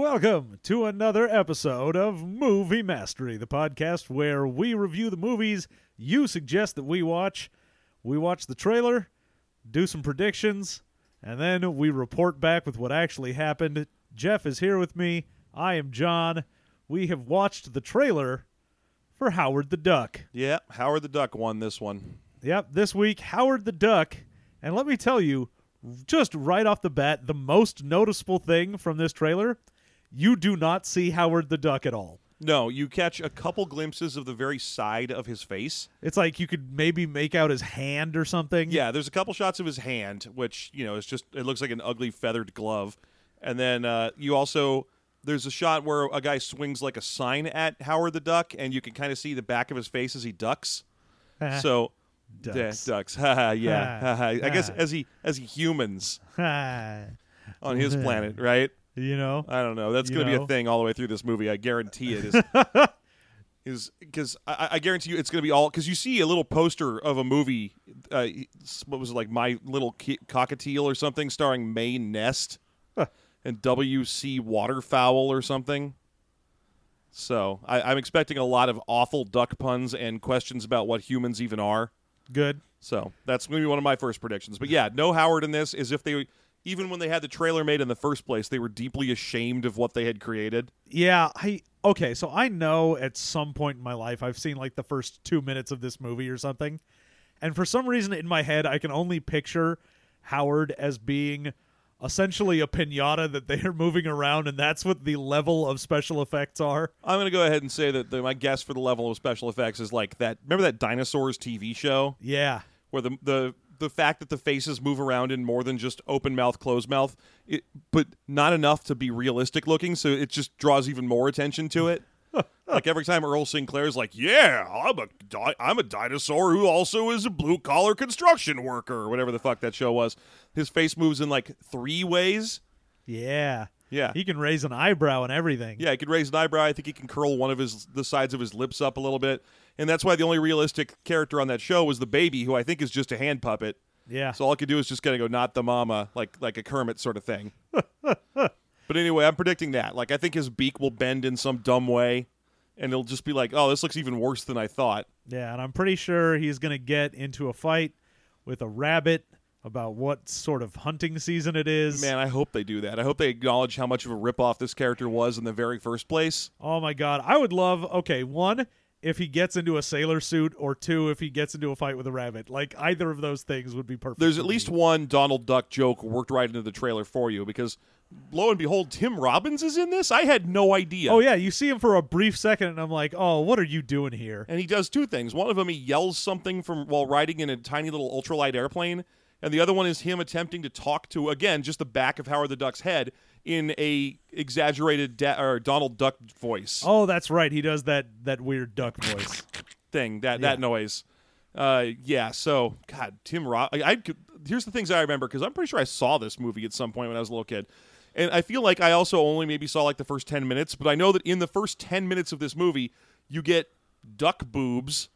Welcome to another episode of Movie Mastery, the podcast where we review the movies you suggest that we watch. We watch the trailer, do some predictions, and then we report back with what actually happened. Jeff is here with me. I am John. We have watched the trailer for Howard the Duck. Yeah, Howard the Duck won this one. Yep, this week, Howard the Duck. And let me tell you, just right off the bat, the most noticeable thing from this trailer you do not see Howard the Duck at all. No, you catch a couple glimpses of the very side of his face. It's like you could maybe make out his hand or something. Yeah, there's a couple shots of his hand, which you know is just it looks like an ugly feathered glove. And then uh, you also there's a shot where a guy swings like a sign at Howard the Duck, and you can kind of see the back of his face as he ducks. so yeah, Ducks. ducks, haha, yeah, haha. I guess Ah. as he as he humans you on his planet, right? know? I don't know. That's You going to be know? a thing all the way through this movie. I guarantee it is. is because I, I guarantee you it's going to be all because you see a little poster of a movie. Uh, what was it like? My Little Ki- Cockatiel or something, starring May Nest Huh. and W. C. Waterfowl or something. So I, I'm expecting a lot of awful duck puns and questions about what humans even are. Good. So that's going to be one of my first predictions. But yeah, no Howard in this is if they, even when they had the trailer made in the first place, they were deeply ashamed of what they had created. Yeah, I okay, so I know at some point in my life I've seen like the first 2 minutes of this movie or something. And for some reason in my head I can only picture Howard as being essentially a piñata that they are moving around and that's what the level of special effects are. I'm going to go ahead and say that the, my guess for the level of special effects is like that. Remember that dinosaurs TV show Yeah. where the the the fact that the faces move around in more than just open mouth, closed mouth, it, but not enough to be realistic looking, so it just draws even more attention to it. like every time Earl Sinclair's like, "Yeah, I'm a di- I'm a dinosaur who also is a blue collar construction worker," or whatever the fuck that show was. His face moves in like three ways. Yeah. Yeah, He can raise an eyebrow and everything. yeah, he could raise an eyebrow. I think he can curl one of his the sides of his lips up a little bit, and that's why the only realistic character on that show was the baby, who I think is just a hand puppet. Yeah. So all I could do is just kind of go not the mama, like like a Kermit sort of thing. but anyway, I'm predicting that. Like I think his beak will bend in some dumb way, and it'll just be like, oh, this looks even worse than I thought. Yeah, and I'm pretty sure he's going to get into a fight with a rabbit about what sort of hunting season it is. Man, I hope they do that. I hope they acknowledge how much of a ripoff this character was in the very first place. Oh my god, I would love okay, one if he gets into a sailor suit or two if he gets into a fight with a rabbit. Like either of those things would be perfect. There's for at me. least one Donald Duck joke worked right into the trailer for you because lo and behold, Tim Robbins is in this. I had no idea. Oh yeah, you see him for a brief second and I'm like, "Oh, what are you doing here?" and he does two things. One of them, he yells something from while riding in a tiny little ultralight airplane, and the other one is him attempting to talk to again just the back of Howard the Duck's head in a exaggerated da- or Donald Duck voice Oh, that's right. He does that that weird duck voice. thing that Yeah. that noise. Uh, yeah. So God, Tim Roth. I, I could- here's the things I remember because I'm pretty sure I saw this movie at some point when I was a little kid. And I feel like I also only maybe saw like the first 10 minutes, but I know that in the first 10 minutes of this movie, you get duck boobs.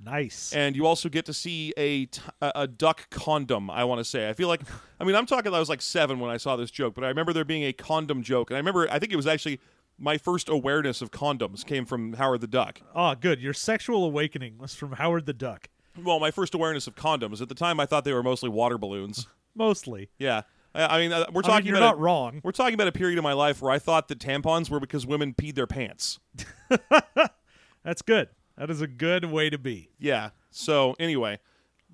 Nice. and you also get to see a t- a a duck condom. I want to say. I feel like I mean I'm talking. I was like seven when I saw this joke, but I remember there being a condom joke, and I remember I think it was actually my first awareness of condoms came from Howard the Duck. oh, good. Your sexual awakening was from Howard the Duck. Well, my first awareness of condoms at the time I thought they were mostly water balloons. Mostly. Yeah, I, I mean uh, I mean, we're talking you're about not a- wrong. We're talking about a period of my life where I thought that tampons were because women peed their pants. That's good. That is a good way to be. Yeah. So anyway,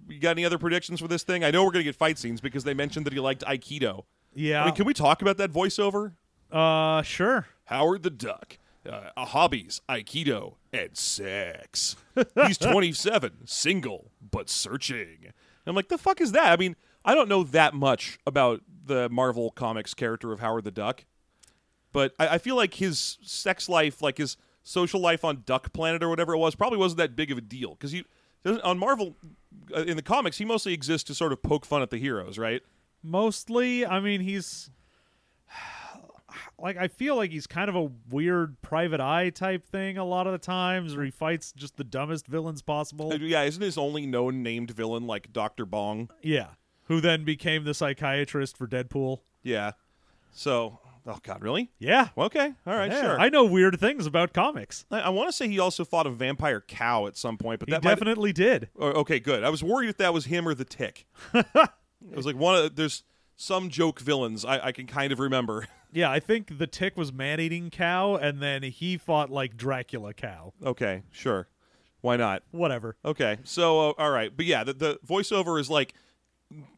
you got any other predictions for this thing? I know we're gonna get fight scenes because they mentioned that he liked Aikido. Yeah. I mean, can we talk about that voiceover? uh, sure. Howard the Duck, uh, hobbies, Aikido, and sex. He's 27, single, but searching. And I'm like, the fuck is that? I mean, I don't know that much about the Marvel Comics character of Howard the Duck, but I, I feel like his sex life, like his social life on Duck Planet or whatever it was, probably wasn't that big of a deal. Because he, doesn't- on Marvel, uh, in the comics, he mostly exists to sort of poke fun at the heroes, right? Mostly, I mean, he's like I feel like he's kind of a weird private eye type thing a lot of the times, or he fights just the dumbest villains possible. Yeah, isn't his only known named villain like Dr. Bong? Yeah, who then became the psychiatrist for Deadpool. Yeah. So Oh God, really? Yeah. Well, okay, all right, Yeah, sure. I know weird things about comics. I, want to say he also fought a vampire cow at some point, but He that might. definitely did. Oh, okay, good. I was worried if that was him or the Tick. it was like one of there's some joke villains I, I can kind of remember. Yeah, I think the tick was man eating cow, and then he fought like Dracula cow. Okay, sure, why not? Whatever. Okay, so uh, all right, but yeah, the, the voiceover is like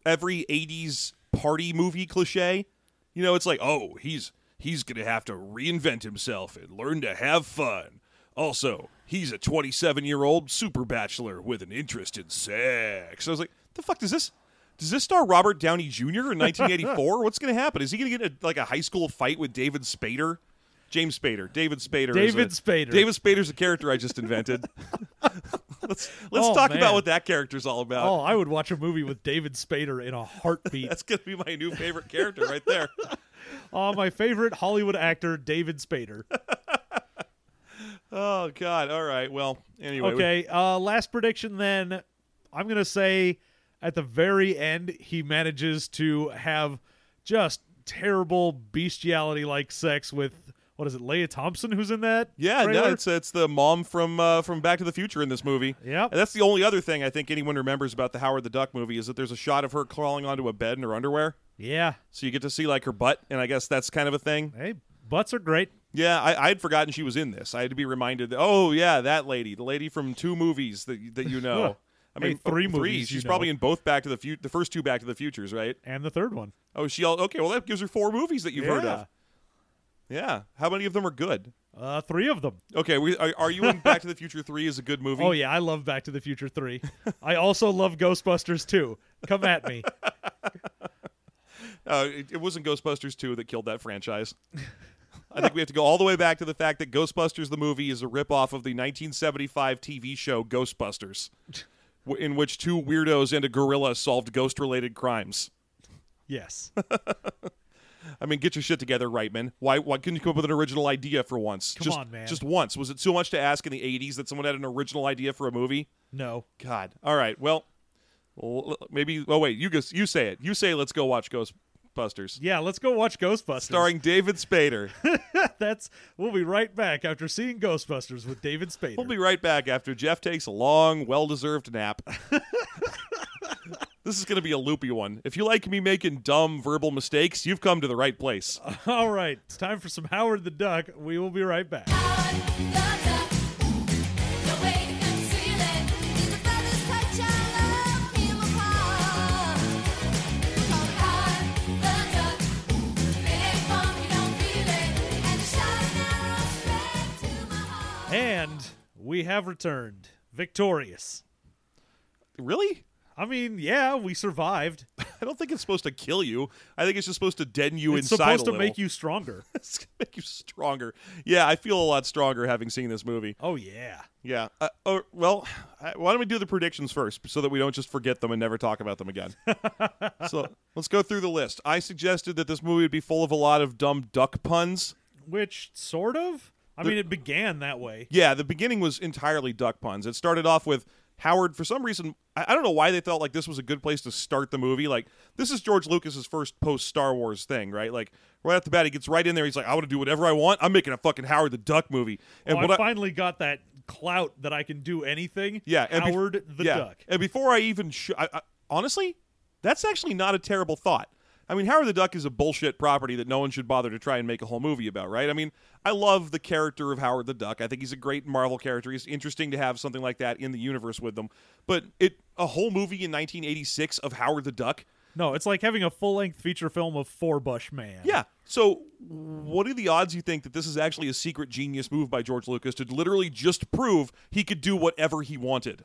every '80s party movie cliche. You know, it's like, oh, he's he's gonna have to reinvent himself and learn to have fun. Also, he's a 27 year old super bachelor with an interest in sex. I was like, the fuck does this? Does this star Robert Downey Jr. in 1984? What's gonna happen? Is he gonna get a, like a high school fight with David Spader? James Spader, David Spader, is David a- Spader. David Spader's a character I just invented. let's let's Oh, talk man. about what that character's all about. Oh, I would watch a movie with David Spader in a heartbeat. That's gonna be my new favorite character right there. oh, my favorite Hollywood actor, David Spader. Oh God! All right. Well, anyway. we- Okay, uh, last prediction then. I'm going to say at the very end, he manages to have just terrible bestiality like sex with, what is it, Leia Thompson, who's in that? yeah, no, trailer? it's it's the mom from uh, from Back to the Future in this movie. Yep. And that's the only other thing I think anyone remembers about the Howard the Duck movie is that there's a shot of her crawling onto a bed in her underwear, Yeah. so you get to see like her butt, and I guess that's kind of a thing. Hey, butts are great. Yeah, I, I'd forgotten she was in this. I had to be reminded. That, oh yeah, that lady, the lady from two movies that that you know. I Hey, mean, three oh, movies you She's know. probably in both Back to the Future, the first two Back to the Futures, right? And the third one. Oh, she all okay. Well, that gives her four movies that you've heard Yeah. of. Yeah, how many of them are good? Uh, three of them. Okay, we, are, are you in Back to the Future Three is a good movie? Oh yeah, I love Back to the Future 3. I also love Ghostbusters 2. Come at me. Uh, it, it wasn't Ghostbusters Two that killed that franchise. I think we have to go all the way back to the fact that Ghostbusters the movie is a ripoff of the 1975 TV show Ghostbusters, w- in which two weirdos and a gorilla solved ghost-related crimes. Yes. I mean, get your shit together, Reitman. Why why couldn't you come up with an original idea for once? Come just, on, man. Just once. Was it too much to ask in the 80s that someone had an original idea for a movie? No. God. All right. Well, l- l- maybe. Oh wait. You go, You say it. You say. Let's go watch Ghostbusters, Yeah, let's go watch Ghostbusters. starring David Spader. That's we'll be right back after seeing Ghostbusters with David Spader. We'll be right back after Jeff takes a long, well deserved nap. this is going to be a loopy one. If you like me making dumb verbal mistakes, you've come to the right place. All right, it's time for some Howard the Duck. We will be right back. And we have returned victorious. Really? I mean, yeah, we survived. I don't think it's supposed to kill you. I think it's just supposed to deaden you It's inside. supposed to make you stronger. it's gonna make you stronger. Yeah, I feel a lot stronger having seen this movie. Oh yeah. Yeah. Uh, oh, well, I, why don't we do the predictions first so that we don't just forget them and never talk about them again? so let's go through the list. I suggested that this movie would be full of a lot of dumb duck puns. Which sort of? I mean, it began that way. Yeah, the beginning was entirely duck puns. It started off with Howard, for some reason, I, I don't know why they felt like this was a good place to start the movie. Like, this is George Lucas's first post Star Wars thing, right? Like, right off the bat, he gets right in there. He's like, I want to do whatever I want. I'm making a fucking Howard the Duck movie. And Oh, what I finally got that clout that I can do anything. Yeah, and bef- Howard the yeah, Duck. And before I even, sh- I, I, honestly, that's actually not a terrible thought. I mean, Howard the Duck is a bullshit property that no one should bother to try and make a whole movie about, right? I mean, I love the character of Howard the Duck. I think he's a great Marvel character. He's interesting to have something like that in the universe with them. But it a whole movie in 1986 of Howard the Duck. No, it's like having a full-length feature film of Four Bush Man. Yeah. So, what are the odds you think that this is actually a secret genius move by George Lucas to literally just prove he could do whatever he wanted?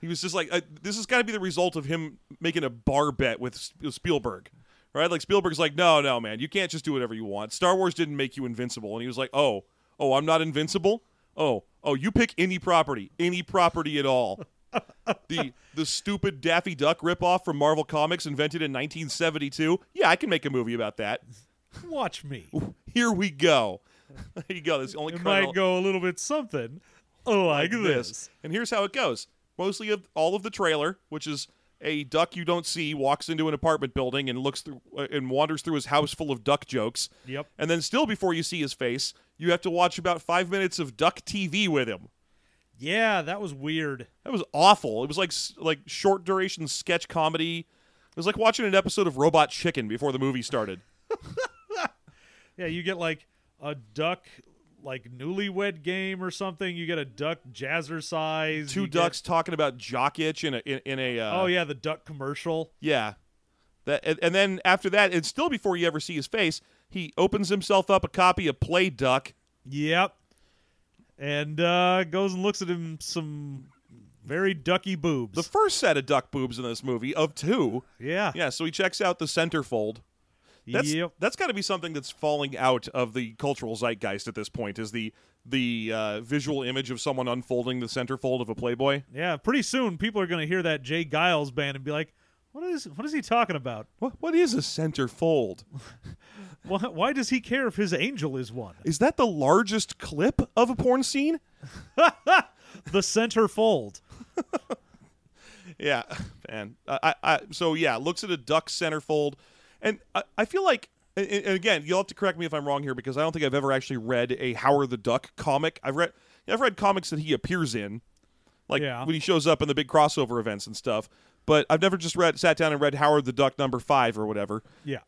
he was just like, uh, this has got to be the result of him making a bar bet with S- with Spielberg, right? Like Spielberg's like, no, no, man, you can't just do whatever you want. Star Wars didn't make you invincible, and he was like, oh, oh, I'm not invincible. Oh, oh, you pick any property, any property at all. the the stupid Daffy Duck ripoff from Marvel Comics invented in 1972. Yeah, I can make a movie about that. Watch me. Here we go. There you go. This only It kernel might go a little bit something like, like this. this. And here's how it goes. Mostly of all of the trailer, which is a duck you don't see walks into an apartment building and looks through uh, and wanders through his house full of duck jokes. Yep. And then still before you see his face, you have to watch about 5 minutes of duck TV with him. Yeah, that was weird. That was awful. It was like s- like short duration sketch comedy. It was like watching an episode of Robot Chicken before the movie started. Yeah, you get like a duck like newlywed game or something. You get a duck jazzercise. Two you get- ducks talking about jock itch in a in, in a uh, oh yeah, the duck commercial. Yeah. That and, and then after that, and still before you ever see his face, he opens himself up a copy of Play Duck. Yep. And uh goes and looks at him some very ducky boobs. The first set of duck boobs in this movie of two. yeah. Yeah, so he checks out the centerfold. That's yep. that's got to be something that's falling out of the cultural zeitgeist at this point. Is the the uh, visual image of someone unfolding the centerfold of a Playboy? Yeah, pretty soon people are going to hear that Jay Giles band and be like, "What is what is he talking about? What what is a centerfold? Why, why does he care if his angel is one?" Is that the largest clip of a porn scene? The center fold. Yeah, man. I, I, I- so yeah, looks at a duck centerfold, and I, I feel like, and and again, you'll have to correct me if I'm wrong here because I don't think I've ever actually read a Howard the Duck comic. I've read, I've read comics that he appears in, like Yeah. when he shows up in the big crossover events and stuff. But I've never just read, sat down and read Howard the Duck number five or whatever. Yeah.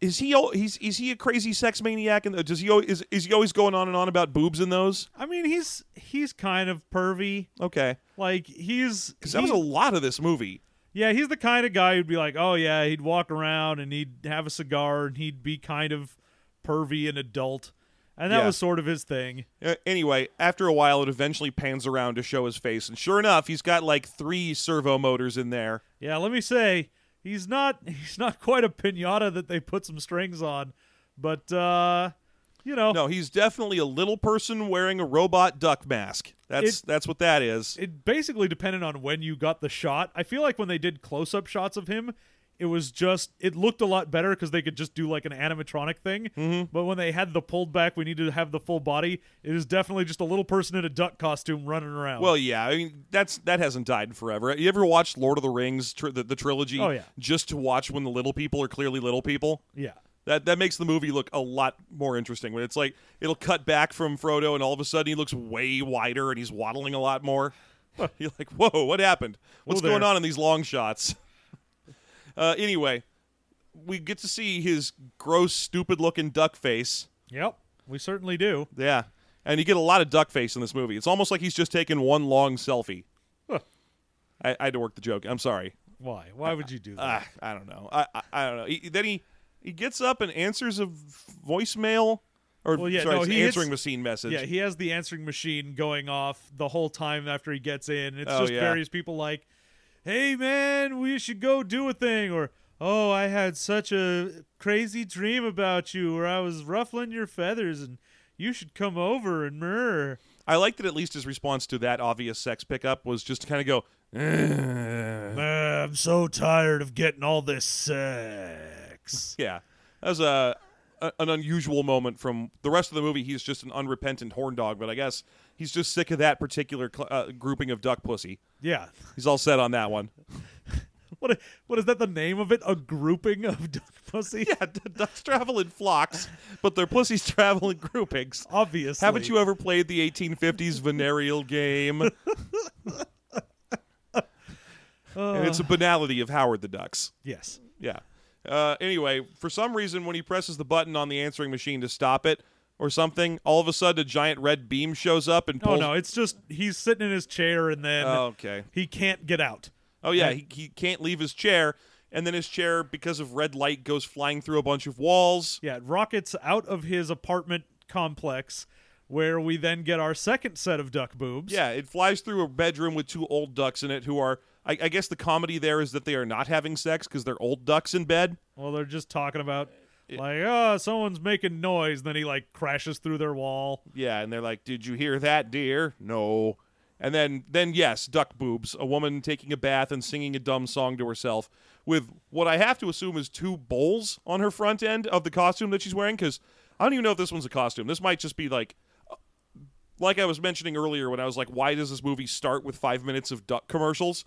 Is he? al- He's is he a crazy sex maniac? And uh, does he? al- Is is he always going on and on about boobs in those? I mean, he's he's kind of pervy. Okay, Like he's 'Cause that was a he- lot of this movie. Yeah, he's the kind of guy who'd be like, "Oh yeah, he'd walk around and he'd have a cigar and he'd be kind of pervy and adult." And that Yeah. was sort of his thing. Uh, Anyway, after a while, it eventually pans around to show his face, and sure enough, he's got like three servo motors in there. Yeah, let me say, he's not he's not quite a piñata that they put some strings on, but uh you know, No, he's definitely a little person wearing a robot duck mask. That's that's what that is. it basically depended on when you got the shot. I feel like when they did close up shots of him, it was just it looked a lot better because they could just do like an animatronic thing. But when they had the pulled back, we needed to have the full body. It is definitely just a little person in a duck costume running around. well, yeah, I mean that's that hasn't died forever. You ever watched Lord of the Rings, tr- the, the trilogy? Oh, yeah. Just to watch when the little people are clearly little people. yeah, That that makes the movie look a lot more interesting. When it's like it'll cut back from Frodo, and all of a sudden he looks way wider and he's waddling a lot more. You're like, whoa, what happened? What's there. going on in these long shots? uh, anyway, we get to see his gross, stupid-looking duck face. yep, we certainly do. Yeah, and you get a lot of duck face in this movie. It's almost like he's just taking one long selfie. Huh. I, I had to work the joke. I'm sorry. Why? Why would you do that? Ah, I don't know. I I, I don't know. He, then he he gets up and answers a voicemail or Well, yeah, sorry, no, it's an he hits- answering machine message. yeah, he has the answering machine going off the whole time after he gets in. It's Oh, just yeah. various people like, "Hey man, we should go do a thing," or "Oh, I had such a crazy dream about you, where I was ruffling your feathers, and you should come over and murr." I like that at least his response to that obvious sex pickup was just to kind of go, "Eh." I'm so tired of getting all this sex. yeah. That was a, a an unusual moment from the rest of the movie. He's just an unrepentant horn dog, but I guess he's just sick of that particular cl- uh, grouping of duck pussy. yeah, He's all set on that one. what i- what is that? The name of it? A grouping of duck pussy? Yeah, d- ducks travel in flocks, but their pussies travel in groupings. Obviously, Haven't you ever played the 1850s venereal game? and it's a banality of Howard the Ducks. Yes. Yeah. Uh, anyway, for some reason, when he presses the button on the answering machine to stop it or something, all of a sudden a giant red beam shows up and Oh pulls. no, it's just he's sitting in his chair and then Oh, okay. he can't get out. Oh yeah, he, he can't leave his chair, and then his chair, because of red light, goes flying through a bunch of walls. Yeah, it rockets out of his apartment complex where we then get our second set of duck boobs. Yeah, it flies through a bedroom with two old ducks in it who are. I, I guess the comedy there is that they are not having sex because they're old ducks in bed. Well, they're just talking about like, oh, someone's making noise, and then he like crashes through their wall. Yeah, and they're like, "Did you hear that, dear?" No. And then then yes, duck boobs, a woman taking a bath and singing a dumb song to herself with what I have to assume is two bowls on her front end of the costume that she's wearing cuz I don't even know if this one's a costume. This might just be like uh, like I was mentioning earlier when I was like, "Why does this movie start with 5 minutes of duck commercials?"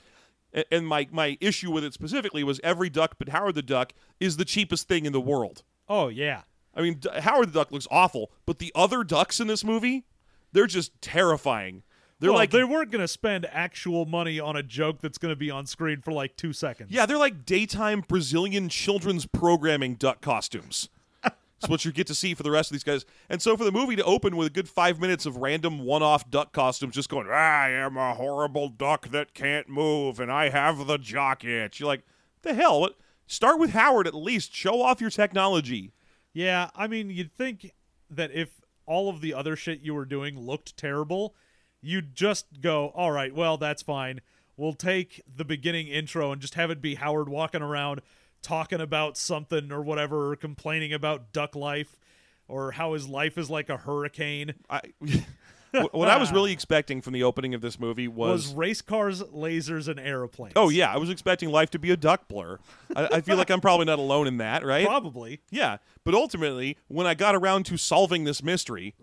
A- And my my issue with it specifically was every duck but Howard the Duck is the cheapest thing in the world. Oh yeah. I mean, D- Howard the Duck looks awful, but the other ducks in this movie, they're just terrifying. They're Well, like Oh, they weren't going to spend actual money on a joke that's going to be on screen for like two seconds. Yeah, they're like daytime Brazilian children's programming duck costumes. That's what you get to see for the rest of these guys. And so for the movie to open with a good five minutes of random one off duck costumes just going, I am a horrible duck that can't move and I have the jock itch. You're like, the hell? What? Start with Howard at least. Show off your technology. Yeah, I mean, you'd think that if all of the other shit you were doing looked terrible, you'd just go, all right, well, that's fine. We'll take the beginning intro and just have it be Howard walking around talking about something or whatever, or complaining about duck life or how his life is like a hurricane. I, what what I was really expecting from the opening of this movie Was race cars, lasers, and airplanes. Oh yeah, I was expecting life to be a duck blur. I, I feel like I'm probably not alone in that, right? Probably. Yeah, but ultimately, when I got around to solving this mystery,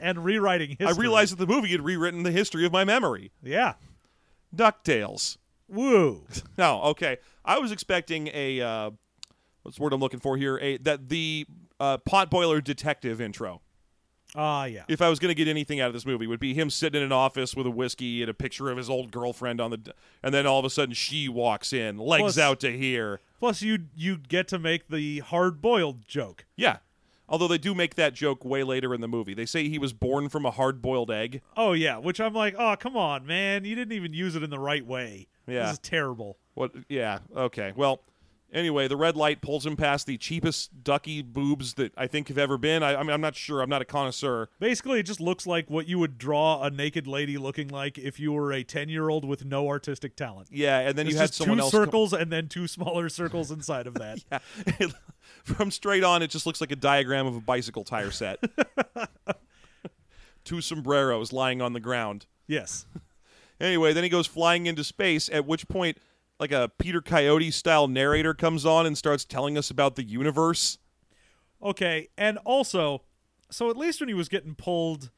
And rewriting history. I realized that the movie had rewritten the history of my memory. Yeah. Ducktales. Woo. No, okay. I was expecting a uh, what's the word I'm looking for here? A that the uh, potboiler detective intro. Ah, yeah. If I was going to get anything out of this movie, would be him sitting in an office with a whiskey and a picture of his old girlfriend on the, d- and then all of a sudden she walks in, legs Plus- out to here. Plus, you you get to make the hard boiled joke. Yeah. Although they do make that joke way later in the movie. They say he was born from a hard-boiled egg. Oh yeah, which I'm like, oh come on, man, you didn't even use it in the right way. Yeah. this is terrible. What? Yeah. Okay. Well. Anyway, the red light pulls him past the cheapest ducky boobs that I think have ever been. I, I mean, I'm not sure. I'm not a connoisseur. Basically, it just looks like what you would draw a naked lady looking like if you were a ten year old with no artistic talent. Yeah. And then It's you had just someone two else. come- circles and then two smaller circles inside of that. Yeah. From straight on, it just looks like a diagram of a bicycle tire set. Two sombreros lying on the ground. Yes, Anyway, then he goes flying into space. At which point, like a Peter Coyote style narrator comes on and starts telling us about the universe. okay, and also, so at least when he was getting pulled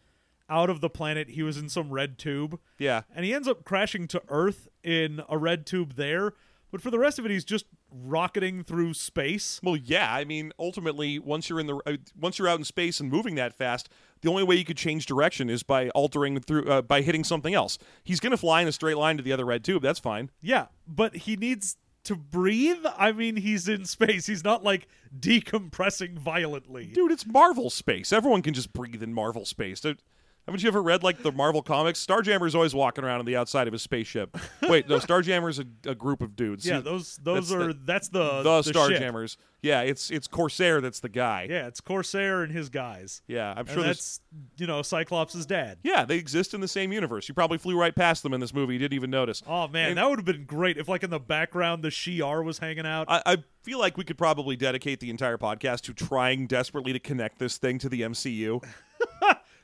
out of the planet, he was in some red tube. Yeah. and he ends up crashing to Earth in a red tube there. But for the rest of it, he's just rocketing through space. Well, yeah. I mean, ultimately, once you're in the uh, once you're out in space and moving that fast, the only way you could change direction is by altering through uh, by hitting something else. He's going to fly in a straight line to the other red tube. That's fine. Yeah, but he needs to breathe. I mean, he's in space. He's not like decompressing violently. Dude, it's Marvel space. Everyone can just breathe in Marvel space. Don't- haven't you ever read like the Marvel comics? Starjammer's always walking around on the outside of his spaceship. Wait, no, Starjammer's a, a group of dudes. yeah, He- those those that's are the- that's the the, ship. Starjammers. Yeah, it's it's Corsair that's the guy. Yeah, it's Corsair and his guys. Yeah, I'm And sure there's that's you know Cyclops' dad. Yeah, they exist in the same universe. You probably flew right past them in this movie. You didn't even notice. Oh man, that would have been great if like in the background the Shi'ar was hanging out. I, I feel like we could probably dedicate the entire podcast to trying desperately to connect this thing to the MCU.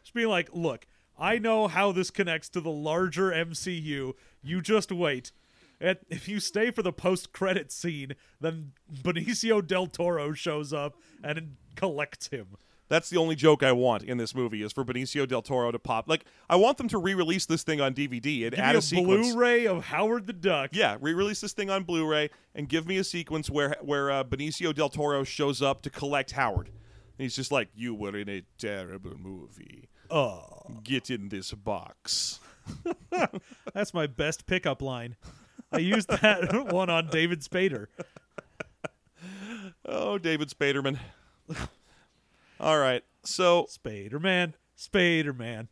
just being like, look, I know how this connects to the larger MCU. You just wait. And if you stay for the post-credit scene, then Benicio del Toro shows up and collects him. That's the only joke I want in this movie is for Benicio del Toro to pop. Like I want them to re-release this thing on DVD and Give add me a, sequence. Blu-ray of Howard the Duck. yeah, re-release this thing on Blu-ray and give me a sequence where where uh, Benicio del Toro shows up to collect Howard. And he's just like, "You were in a terrible movie. Oh, Get in this box." that's my best pickup line. I used that one on David Spader. Oh, David Spaderman. All right. So Spaderman, Spaderman.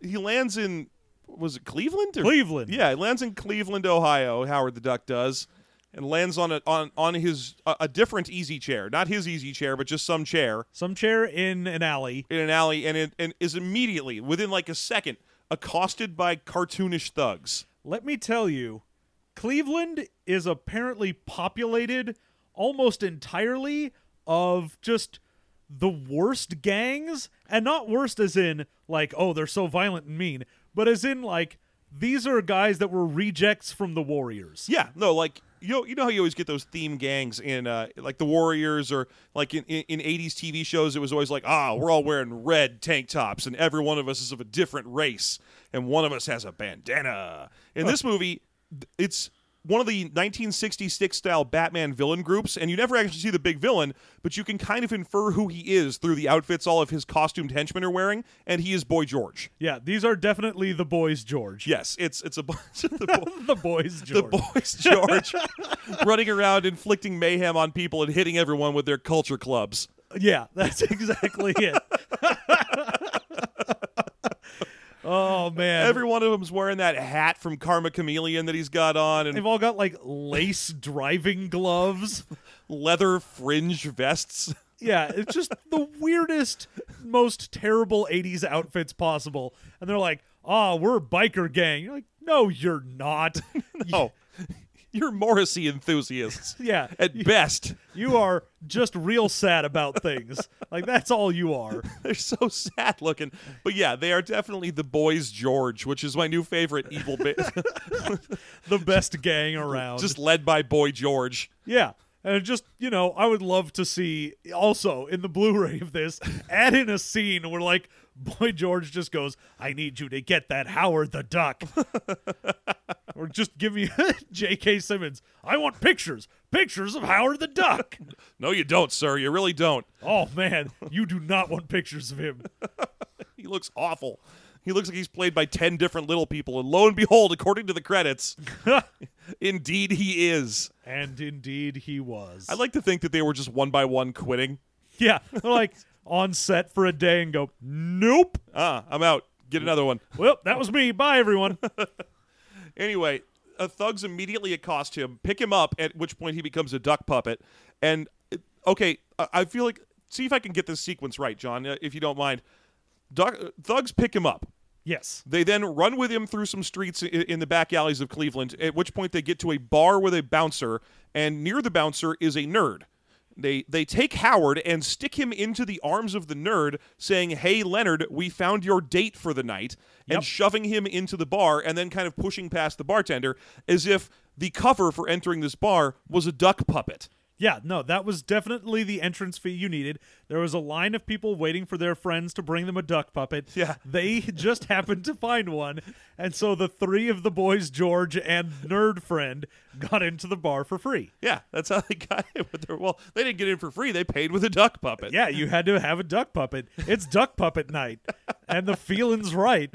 he lands in was it Cleveland or Cleveland. Yeah, he lands in Cleveland, Ohio. Howard the Duck does, and lands on a on on his a, a different easy chair, not his easy chair, but just some chair Some chair in an alley. in an alley, and it, and is immediately within like a second accosted by cartoonish thugs. Let me tell you, Cleveland is apparently populated almost entirely of just the worst gangs, and not worst as in like, oh, they're so violent and mean, but as in like these are guys that were rejects from the Warriors. Yeah, no, like you know, you know how you always get those theme gangs in uh, like the Warriors or like in, in in 80s TV shows it was always like, "Ah, we're all wearing red tank tops and every one of us is of a different race and one of us has a bandana." In this movie, th- it's one of the 1966 style Batman villain groups, and you never actually see the big villain, but you can kind of infer who he is through the outfits all of his costumed henchmen are wearing, and he is Boy George. Yeah, these are definitely the boys, George. Yes, it's it's a bunch of the, bo- The boys, the George. boys George running around inflicting mayhem on people and hitting everyone with their culture clubs. yeah, that's exactly it. oh man, Every one of them's wearing that hat from Karma Chameleon that he's got on, and they've all got like lace driving gloves. leather fringe vests. Yeah, it's just the weirdest, most terrible 80s outfits possible. And they're like, ah, we're a biker gang. You're like, no, you're not. No, Oh, you're Morrissey enthusiasts yeah. at best. You are just real sad about things. Like, that's all you are. They're so sad looking, but yeah, they are definitely the boys George, which is my new favorite evil bit, The best gang around. just led by Boy George. yeah. And just, you know, I would love to see also in the Blu ray of this, add in a scene where, like, Boy George just goes, I need you to get that Howard the Duck. or just give me J.K. Simmons. I want pictures. Pictures of Howard the Duck. No, you don't, sir. You really don't. oh, man. You do not want pictures of him. He looks awful. He looks like he's played by 10 different little people. And lo and behold, according to the credits, indeed he is. And indeed he was. I like to think that they were just one by one quitting. Yeah, they're like on set for a day and go, nope. Ah, I'm out. Get another one. Well, that was me. Bye, everyone. Anyway, uh, thugs immediately accost him, pick him up, at which point he becomes a duck puppet. And, uh, okay, I, I feel like, see if I can get this sequence right, John, uh, if you don't mind. Duck, uh, thugs pick him up. yes. They then run with him through some streets in, in the back alleys of Cleveland, at which point they get to a bar with a bouncer, and near the bouncer is a nerd. They they take Howard and stick him into the arms of the nerd, saying, "Hey Leonard, we found your date for the night," and Yep. shoving him into the bar, and then kind of pushing past the bartender as if the cover for entering this bar was a duck puppet. Yeah, no, that was definitely the entrance fee you needed. There was a line of people waiting for their friends to bring them a duck puppet. Yeah. They just happened to find one. And so the three of the boys, George and Nerd Friend, got into the bar for free. Yeah, that's how they got it. With their, well, they didn't get in for free; they paid with a duck puppet. Yeah, you had to have a duck puppet. It's duck puppet night. And the feeling's right.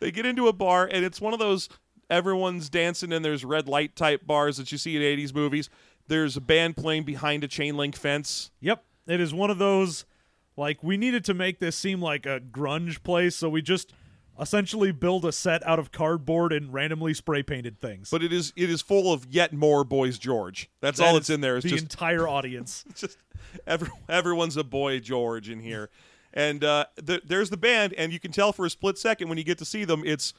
they get into a bar and it's one of those everyone's dancing and there's red light type bars that you see in 80s movies there's a band playing behind a chain link fence Yep. It is one of those like we needed to make this seem like a grunge place, so we just essentially build a set out of cardboard and randomly spray painted things. but it is it is full of yet more boys george that's That all is that's in there is the just entire audience. just every, everyone's a boy George in here, and uh, th- there's the band, and you can tell for a split second when you get to see them, it's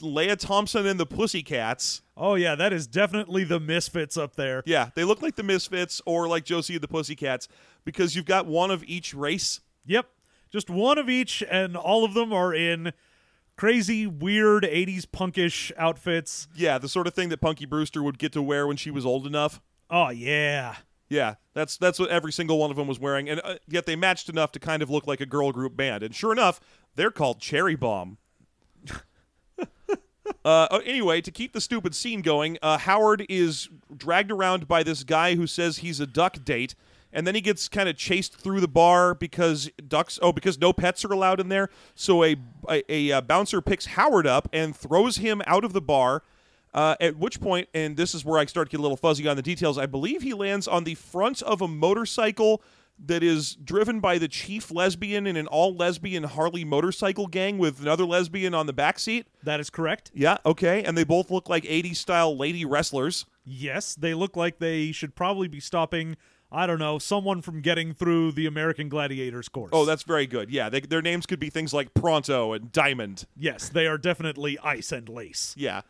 Leah Thompson and the Pussycats. Oh yeah, that is definitely the misfits up there. Yeah, they look like the Misfits or like Josie and the Pussycats because you've got one of each race. Yep. Just one of each and all of them are in crazy weird 80s punkish outfits. Yeah, the sort of thing that Punky Brewster would get to wear when she was old enough. Oh yeah. Yeah, that's that's what every single one of them was wearing, and uh, yet they matched enough to kind of look like a girl group band. And sure enough, they're called Cherry Bomb. uh, oh, anyway, to keep the stupid scene going, uh, Howard is dragged around by this guy who says he's a duck date, and then he gets kind of chased through the bar because ducks. Oh, because no pets are allowed in there. So a a, a uh, bouncer picks Howard up and throws him out of the bar. Uh, at which point, and this is where I start to get a little fuzzy on the details. I believe he lands on the front of a motorcycle that is driven by the chief lesbian in an all lesbian Harley motorcycle gang with another lesbian on the back seat. That is correct. Yeah, okay. And they both look like 80s style lady wrestlers. Yes, they look like they should probably be stopping I don't know, someone from getting through the American Gladiators course. Oh, that's very good. Yeah, they, their names could be things like Pronto and Diamond. Yes, they are definitely ice and lace. Yeah.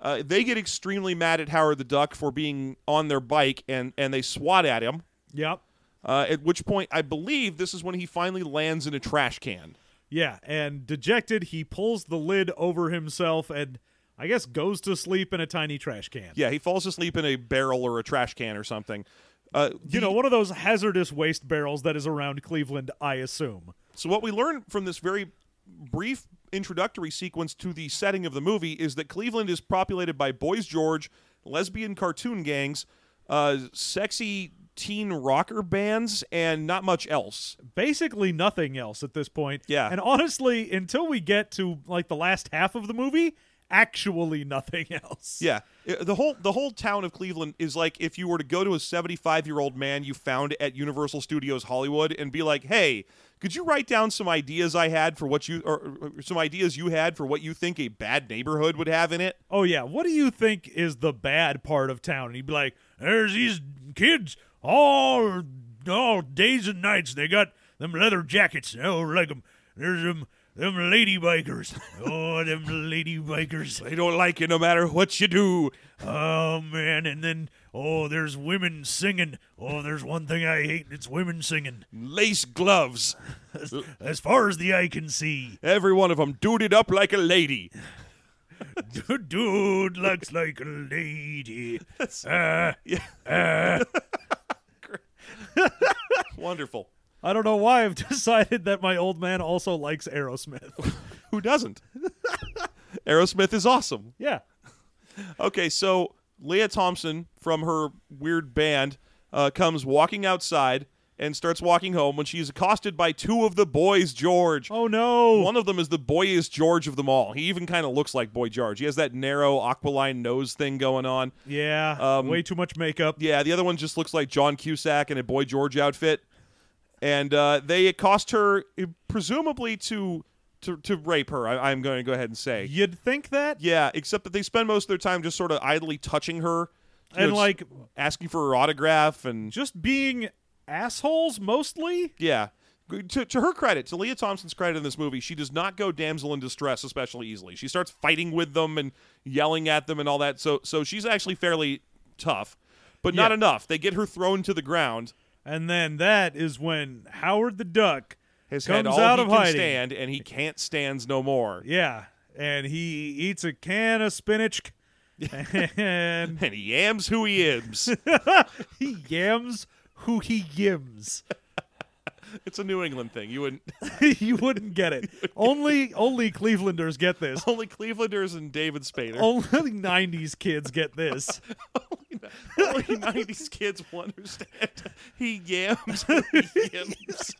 Uh, they get extremely mad at Howard the Duck for being on their bike and, and they swat at him. Yep. Uh, at which point, I believe this is when he finally lands in a trash can. Yeah, and dejected, he pulls the lid over himself and I guess goes to sleep in a tiny trash can. Yeah, he falls asleep in a barrel or a trash can or something. Uh, You know, one of those hazardous waste barrels that is around Cleveland, I assume. So what we learn from this very brief introductory sequence to the setting of the movie is that Cleveland is populated by Boys George, lesbian cartoon gangs, uh, sexy teen rocker bands, and not much else. basically nothing else at this point. Yeah. And honestly, until we get to like the last half of the movie, actually nothing else. Yeah, I- the whole the whole town of Cleveland is like if you were to go to a 75 year old man you found at Universal Studios Hollywood and be like, "Hey, could you write down some ideas I had for what you or, or some ideas you had for what you think a bad neighborhood would have in it?" Oh yeah, what do you think is the bad part of town? And he'd be like, "There's these kids all all days and nights. They got them leather jackets. Oh, like them. There's them them lady bikers. Oh, them lady bikers. They don't like it no matter what you do. Oh man, and then oh, there's women singing. Oh, there's one thing I hate, and it's women singing. Lace gloves, As, as far as the eye can see, every one of them duded up like a lady. dude looks like a lady. Uh, Wonderful. I don't know why I've decided that my old man also likes Aerosmith. Who doesn't? Aerosmith is awesome. yeah, Okay, so Leah Thompson from her weird band uh, comes walking outside and starts walking home when she's accosted by two of the boys, George. Oh no! One of them is the boyiest George of them all. He even kind of looks like Boy George. He has that narrow aquiline nose thing going on. yeah, Um, way too much makeup. Yeah, the other one just looks like John Cusack in a Boy George outfit. And uh, they accost her, eh, presumably to to, to rape her. I, I'm going to go ahead and say. You'd think that, Yeah, except that they spend most of their time just sort of idly touching her you and know, like asking for her autograph and just being assholes mostly. yeah. G- To, to her credit, to Leah Thompson's credit in this movie, she does not go damsel in distress especially easily. She starts fighting with them and yelling at them and all that. So so she's actually fairly tough, but not Yeah. enough. They get her thrown to the ground. And then that is when Howard the Duck Has comes had all out he of can hiding. stand, and he can't stands no more. Yeah, and he eats a can of spinach, and And he yams who he is. he yams who he yims. it's a New England thing. You wouldn't. you wouldn't get it. Only only Clevelanders get this. Only Clevelanders and David Spader. Only '90s kids get this. Only 90s kids will understand. He yams. He yams.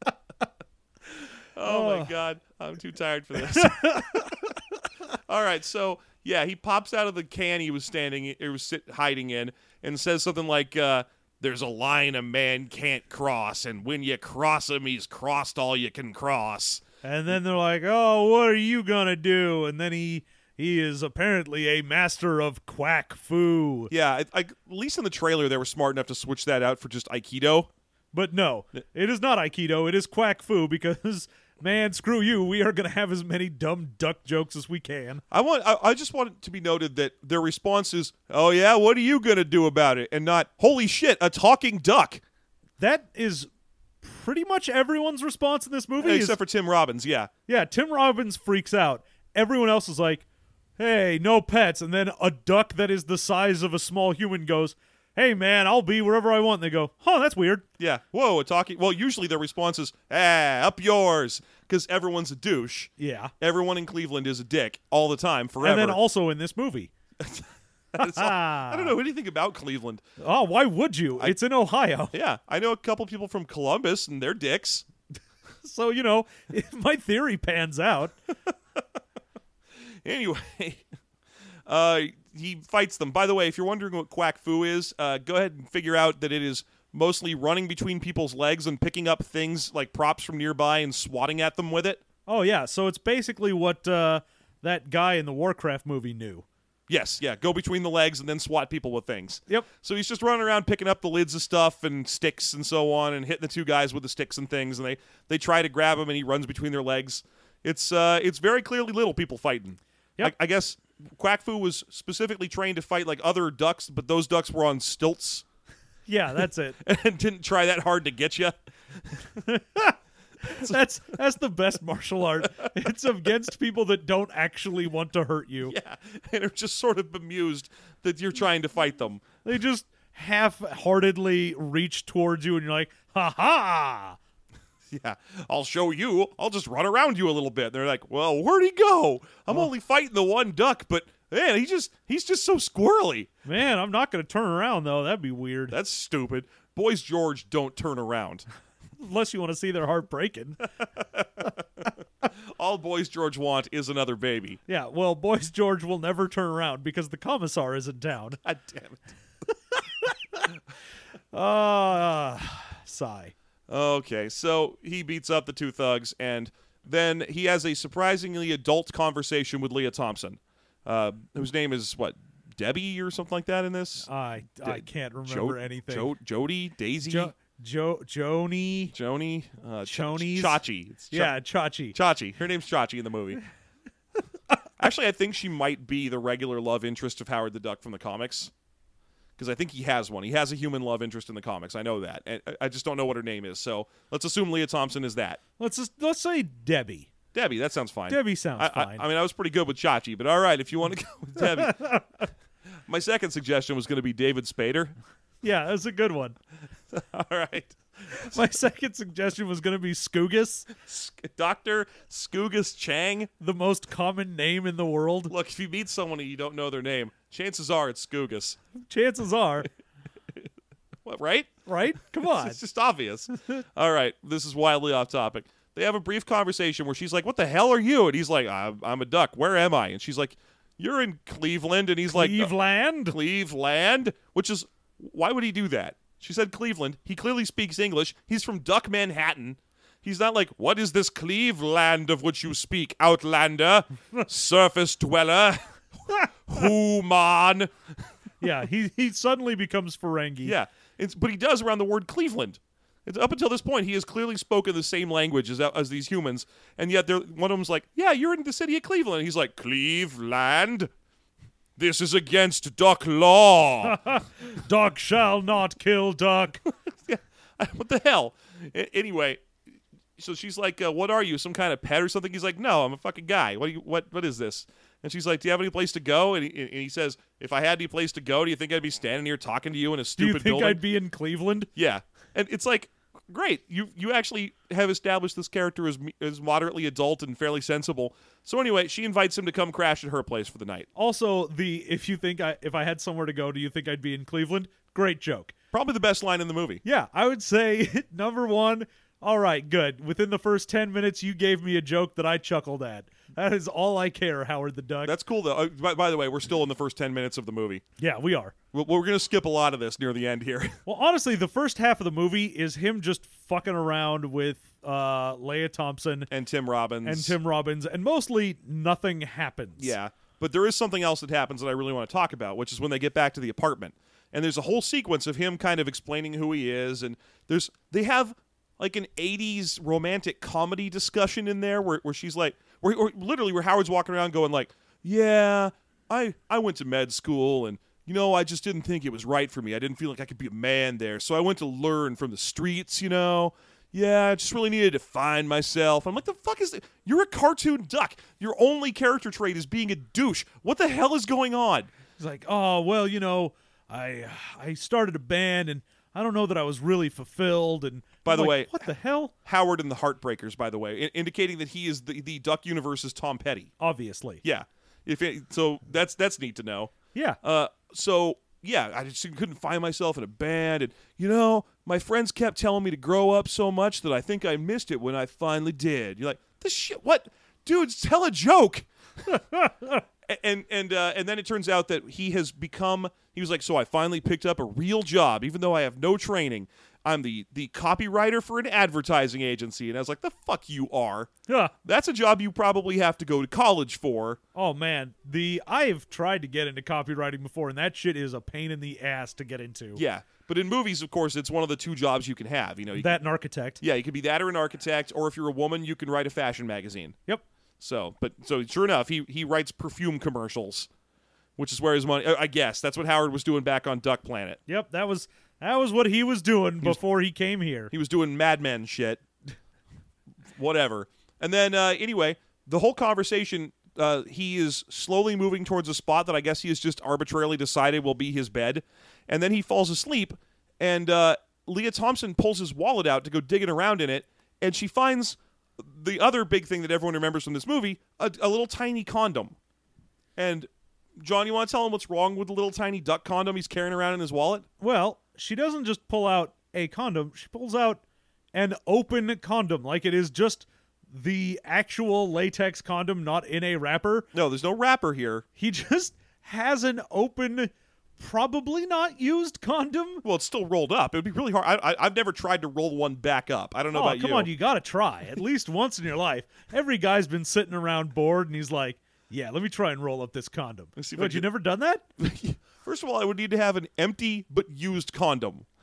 oh my god, I'm too tired for this. All right, so yeah, he pops out of the can he was standing, it was sit, hiding in, and says something like, uh, "There's a line a man can't cross, and when you cross him, he's crossed all you can cross." And then they're like, "Oh, what are you gonna do?" And then he he is apparently a master of quack foo. Yeah, I, I, at least in the trailer, they were smart enough to switch that out for just Aikido. But no, it is not Aikido. It is quack foo because man, screw you. We are gonna have as many dumb duck jokes as we can. I want. I, I just want it to be noted that their response is, "Oh yeah, what are you gonna do about it?" and not, "Holy shit, a talking duck." That is pretty much everyone's response in this movie. is, Except for Tim Robbins, yeah, yeah, Tim Robbins freaks out. Everyone else is like, "Hey, no pets." And then a duck that is the size of a small human goes, "Hey, man, I'll be wherever I want." And they go, "Huh, that's weird." yeah. Whoa, a talking. Well, usually their response is, "Ah, up yours," because everyone's a douche. Yeah. Everyone in Cleveland is a dick all the time, And forever. then also in this movie. It's all- I don't know anything about Cleveland. Oh, why would you? it's in Ohio. Yeah, I know a couple people from Columbus, and they're dicks. So, you know, if my theory pans out. Anyway, uh, he fights them. By the way, if you're wondering what quack foo is, uh, go ahead and figure out that it is mostly running between people's legs and picking up things like props from nearby and swatting at them with it. Oh, yeah. So it's basically what uh, that guy in the Warcraft movie knew. Yes, yeah, go between the legs and then swat people with things. Yep. So he's just running around picking up the lids of stuff and sticks and so on and hitting the two guys with the sticks and things and they they try to grab him and he runs between their legs. It's uh it's very clearly little people fighting. Yep. I, I guess Quackfu was specifically trained to fight like other ducks, but those ducks were on stilts Yeah, that's it. and didn't try that hard to get you. that's that's the best martial art. It's against people that don't actually want to hurt you. Yeah. And are just sort of bemused that you're trying to fight them. They just half-heartedly reach towards you and you're like, "Ha ha." Yeah, I'll show you. I'll just run around you a little bit. And they're like, well, where'd he go? I'm only fighting the one duck, but Man, he just he's just so squirrely. Man, I'm not going to turn around though. That'd be weird. That's stupid. Boys George don't turn around. Unless you want to see their heart breaking. All Boys George want is another baby. yeah, well, boys George will never turn around because the commissar isn't down. God damn it. Ah, sigh. Okay, so he beats up the two thugs, and then he has a surprisingly adult conversation with Leah Thompson, uh, whose name is what Debbie or something like that in this. I I can't Jo- remember anything. Jo- Jody, Daisy, jo- jo- Joni. Joni, uh, Ch- Chonies? Chachi. It's Ch- Yeah, Chachi. Chachi. Her name's Chachi in the movie. Actually, I think she might be the regular love interest of Howard the Duck from the comics. Because I think he has one. He has a human love interest in the comics. I know that. And uh, I- I just don't know what her name is. So let's assume Leah Thompson is that. let's just let's say Debbie. Debbie, that sounds fine. Debbie sounds I, I- fine. I, mean, I was pretty good with Chachi, but all right, if you want to go with Debbie. My second suggestion was going to be David Spader. yeah, that's a good one. All right. My second suggestion was going to be Scoogus, Sk- Dr. Scoogus Chang. the most common name in the world. Look, if you meet someone and you don't know their name, chances are it's Scoogus. Chances are, What, right? right? Come on. It's just obvious. All right, this is wildly off topic. They have a brief conversation where she's like, "What the hell are you?" And he's like, "I'm, I'm a duck. Where am I?" And she's like, "You're in Cleveland." And he's like, "Uh, Cleveland. Cleveland," which is why would he do that? She said Cleveland. He clearly speaks English. He's from Duck Manhattan. He's not like, "What is this Cleveland of which you speak, outlander, surface dweller, human?" yeah, he he suddenly becomes Ferengi. Yeah, it's but he does around the word Cleveland. It's up until this point, he has clearly spoken the same language as, as these humans, and yet they're, one of them's like, "Yeah, you're in the city of Cleveland." He's like, "Cleveland, this is against duck law." Duck shall not kill duck. what the hell? A- anyway, so she's like, uh, "What are you? Some kind of pet or something?" He's like, "No, I'm a fucking guy. What? Do you, what? What is this?" And she's like, "Do you have any place to go?" And he, and he says, "If I had any place to go, do you think I'd be standing here talking to you in a Do stupid you think building?" I'd be in Cleveland? Yeah, and it's like great. You you actually have established this character as as moderately adult and fairly sensible. So anyway, she invites him to come crash at her place for the night. Also, the if you think I if I had somewhere to go, do you think I'd be in Cleveland? Great joke. Probably the best line in the movie. Yeah, I would say number one. All right, good. Within the first ten minutes, you gave me a joke that I chuckled at. That is all I care, Howard the Duck. That's cool though. Uh, by, by the way, we're still in the first ten minutes of the movie. yeah, we are. We're, we're gonna skip a lot of this near the end here. Well, honestly, the first half of the movie is him just fucking around with uh, Leia Thompson and Tim Robbins and Tim Robbins, and mostly nothing happens. Yeah. But there is something else that happens that I really want to talk about, which is when they get back to the apartment. And there's a whole sequence of him kind of explaining who he is and there's they have like an 80s romantic comedy discussion in there where, where she's like where, or literally where Howard's walking around going like, "Yeah, I I went to med school and you know, I just didn't think it was right for me. I didn't feel like I could be a man there. So I went to learn from the streets, you know. Yeah, I just really needed to find myself. I'm like, the fuck is this? You're a cartoon duck. Your only character trait is being a douche. What the hell is going on? He's like, oh well, you know, I I started a band, and I don't know that I was really fulfilled. And By I'm the like, way- what the hell? Howard and the Heartbreakers, by the way, in- indicating that he is the, the Duck Universe's Tom Petty. Obviously, Yeah. If it, so that's that's neat to know. yeah. Uh, so yeah, I just couldn't find myself in a band, and you know, my friends kept telling me to grow up so much that I think I missed it when I finally did. You're like, this shit, what, dude? Tell a joke. A- and and uh, and then it turns out that he has become. He was like, so I finally picked up a real job, even though I have no training. I'm the the copywriter for an advertising agency, and I was like, the fuck you are. Huh. That's a job you probably have to go to college for. Oh man, the I've tried to get into copywriting before, and that shit is a pain in the ass to get into. Yeah, but in movies, of course, it's one of the two jobs you can have. You know, you That and architect. Yeah, you could be that or an architect, or if you're a woman, you can write a fashion magazine. Yep. So, but so sure enough, he he writes perfume commercials, which is where his money. I I guess that's what Howard was doing back on Duck Planet. Yep. That was that was what he was doing before he came here. He was doing Mad Men shit, whatever. And then uh, anyway, the whole conversation. Uh, he is slowly moving towards a spot that I guess he has just arbitrarily decided will be his bed, and then he falls asleep. And uh, Leah Thompson pulls his wallet out to go digging around in it, and she finds the other big thing that everyone remembers from this movie: a, a little tiny condom. And John, you want to tell him what's wrong with the little tiny duck condom he's carrying around in his wallet? Well, she doesn't just pull out a condom, she pulls out an open condom, like it is just the actual latex condom, not in a wrapper. No, there's no wrapper here. He just has an open, probably not used condom. Well, it's still rolled up. It would be really hard. I, I, I've never tried to roll one back up. I don't know Oh, about come on, you gotta try at least once in your life. Every guy's been sitting around bored and he's like, yeah, let me try and roll up this condom. Let's see if I But you can- never done that? First of all, I would need to have an empty but used condom.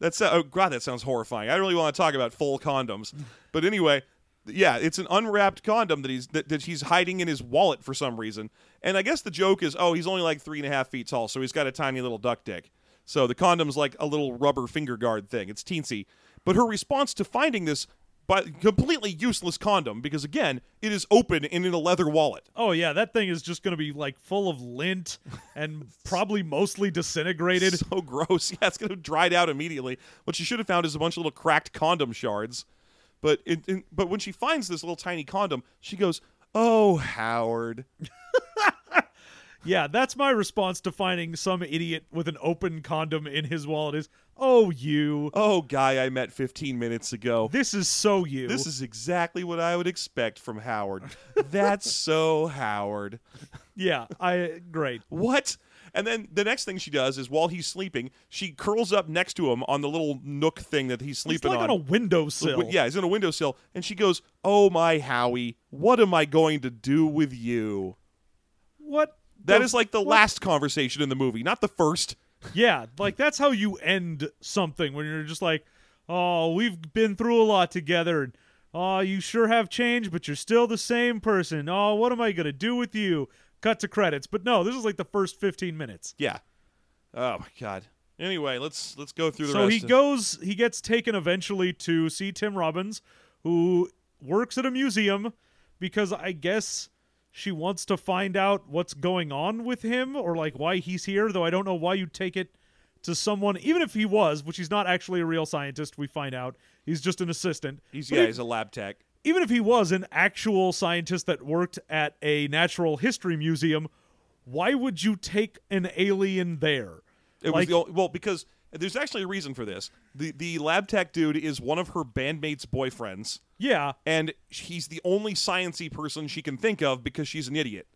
That's oh god, that sounds horrifying. I don't really want to talk about full condoms, but anyway, yeah, it's an unwrapped condom that he's that, that he's hiding in his wallet for some reason. And I guess the joke is, oh, he's only like three and a half feet tall, so he's got a tiny little duck dick. So the condom's like a little rubber finger guard thing. It's teensy. But her response to finding this by completely useless condom, because again, it is open and in a leather wallet. Oh yeah, that thing is just gonna be like full of lint and probably mostly disintegrated. so gross. Yeah, it's gonna have dried out immediately. What she should have found is a bunch of little cracked condom shards. But it, it- but when she finds this little tiny condom, she goes, "Oh, Howard." Yeah, that's my response to finding some idiot with an open condom in his wallet is, "Oh, you. Oh, guy I met 15 minutes ago. This is so you." This is exactly what I would expect from Howard. That's so Howard. yeah, I great. What? And then the next thing she does is while he's sleeping, she curls up next to him on the little nook thing that he's It's sleeping like on, a windowsill. Wi- Yeah, he's on a windowsill, and she goes, "Oh my Howie, what am I going to do with you?" What? That is like the last conversation in the movie, not the first. Yeah, like that's how you end something when you're just like, "Oh, we've been through a lot together and oh, you sure have changed, but you're still the same person. Oh, what am I going to do with you?" Cut to credits. But no, this is like the first 15 minutes. Yeah. Oh my god. Anyway, let's let's go through the so rest. he of- goes he gets taken eventually to see tim robbins who works at a museum because i guess she wants to find out what's going on with him or like why he's here though i don't know why you take it to someone even if he was which he's not actually a real scientist we find out he's just an assistant he's But yeah, e- he's a lab tech. even if he was an actual scientist that worked at a natural history museum why would you take an alien there It Like- was the only, well because there's actually a reason for this. The the lab tech dude is one of her bandmates' boyfriends, yeah and he's the only sciency person she can think of because she's an idiot.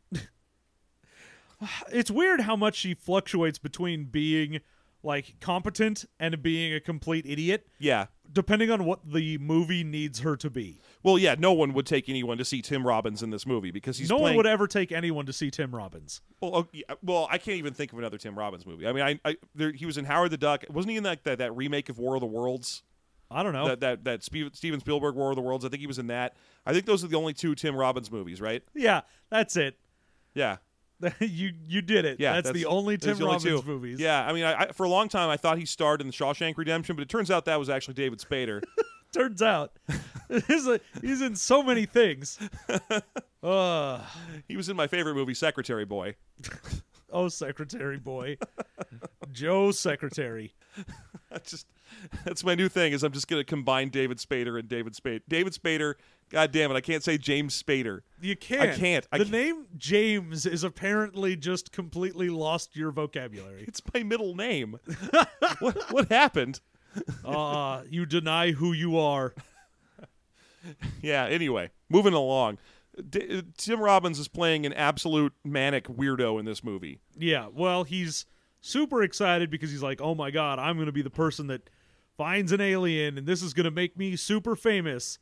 it's weird how much she fluctuates between being like competent and being a complete idiot Yeah. depending on what the movie needs her to be Well, yeah, no one would take anyone to see Tim Robbins in this movie because he's no playing one would ever take anyone to see tim robbins Well, oh, yeah, well, I can't even think of another Tim Robbins movie. I mean, I, I there, he was in Howard the Duck. Wasn't he in that that, that remake of War of the Worlds? i don't know That that that Spe- Steven Spielberg War of the Worlds. I think he was in that. I think those are the only two Tim Robbins movies, right? yeah that's it Yeah, you you did it yeah. that's, the only there's tim the robbins two. movies Yeah, I mean, I, I, for a long time I thought he starred in The Shawshank Redemption, but it turns out that was actually David Spader. turns out he's, a- he's in so many things uh, he was in my favorite movie, Secretary Boy. oh secretary boy joe secretary I just that's my new thing is I'm just gonna combine David Spader and David Spader. David Spader. God damn it! I can't say James Spader. You can't. can't. I the can't. name James is apparently just completely lost your vocabulary. It's my middle name. what, what happened? Ah, you deny who you are. Yeah, anyway, moving along. D- uh, Tim Robbins is playing an absolute manic weirdo in this movie. Yeah. Well, he's super excited because he's like, "Oh my god, I'm going to be the person that finds an alien, and this is going to make me super famous."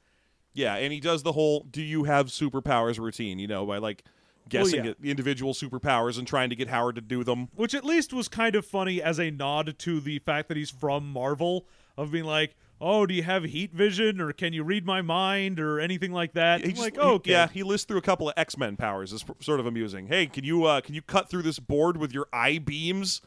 Yeah, and he does the whole do you have superpowers routine, you know, by like guessing Oh, yeah. at the individual superpowers and trying to get Howard to do them. Which at least was kind of funny as a nod to the fact that he's from Marvel of being like. Oh, do you have heat vision, or can you read my mind, or anything like that? He I'm just- like, he- oh, okay. yeah, he lists through a couple of X-Men powers. It's sort of amusing. Hey, can you uh can you cut through this board with your eye beams?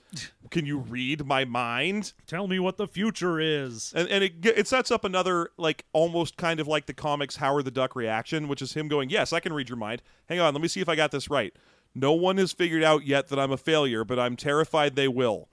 Can you read my mind? Tell me what the future is. and and it ge- it sets up another like almost kind of like the comics Howard the Duck reaction, which is him going, "Yes, I can read your mind. Hang on, let me see if I got this right. No one has figured out yet that I'm a failure, but I'm terrified they will."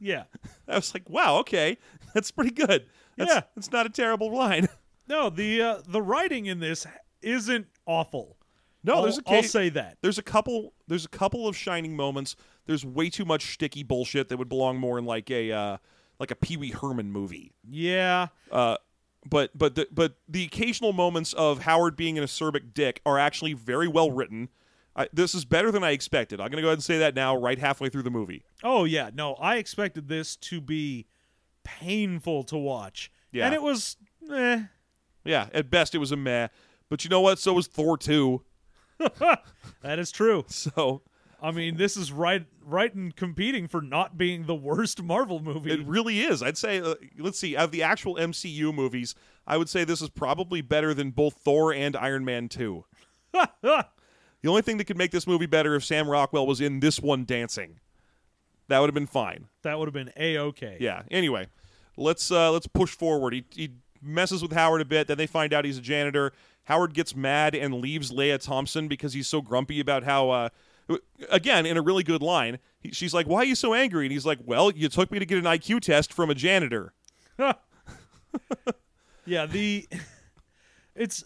Yeah. I was like, "Wow, okay, that's pretty good. That's, Yeah. that's not a terrible line." No, the uh, the writing in this isn't awful. No, Oh, there's a I'll- I'll case- say that. There's a couple. There's a couple of shining moments. There's way too much sticky bullshit that would belong more in like a uh, like a Pee Wee Herman movie. Yeah. Uh, but but the, but the occasional moments of Howard being an acerbic dick are actually very well written. I, this is better than I expected. I'm gonna go ahead and say that now, right halfway through the movie. Oh yeah, no, I expected this to be painful to watch. Yeah. And it was eh. Yeah, at best it was a meh. But you know what? So was Thor two. That is true. So I mean, this is right right in competing for not being the worst Marvel movie. It really is. I'd say, uh, let's see, out of the actual MCU movies, I would say this is probably better than both Thor and Iron Man 2. The only thing that could make this movie better if Sam Rockwell was in this one dancing. That would have been fine. that would have been a okay. Yeah. Anyway, let's uh, let's push forward. He, he messes with Howard a bit. Then they find out he's a janitor. Howard gets mad and leaves Leia Thompson because he's so grumpy about how. Uh, w- again, in a really good line, he, she's like, "Why are you so angry?" And he's like, "Well, you took me to get an IQ test from a janitor." Yeah, the it's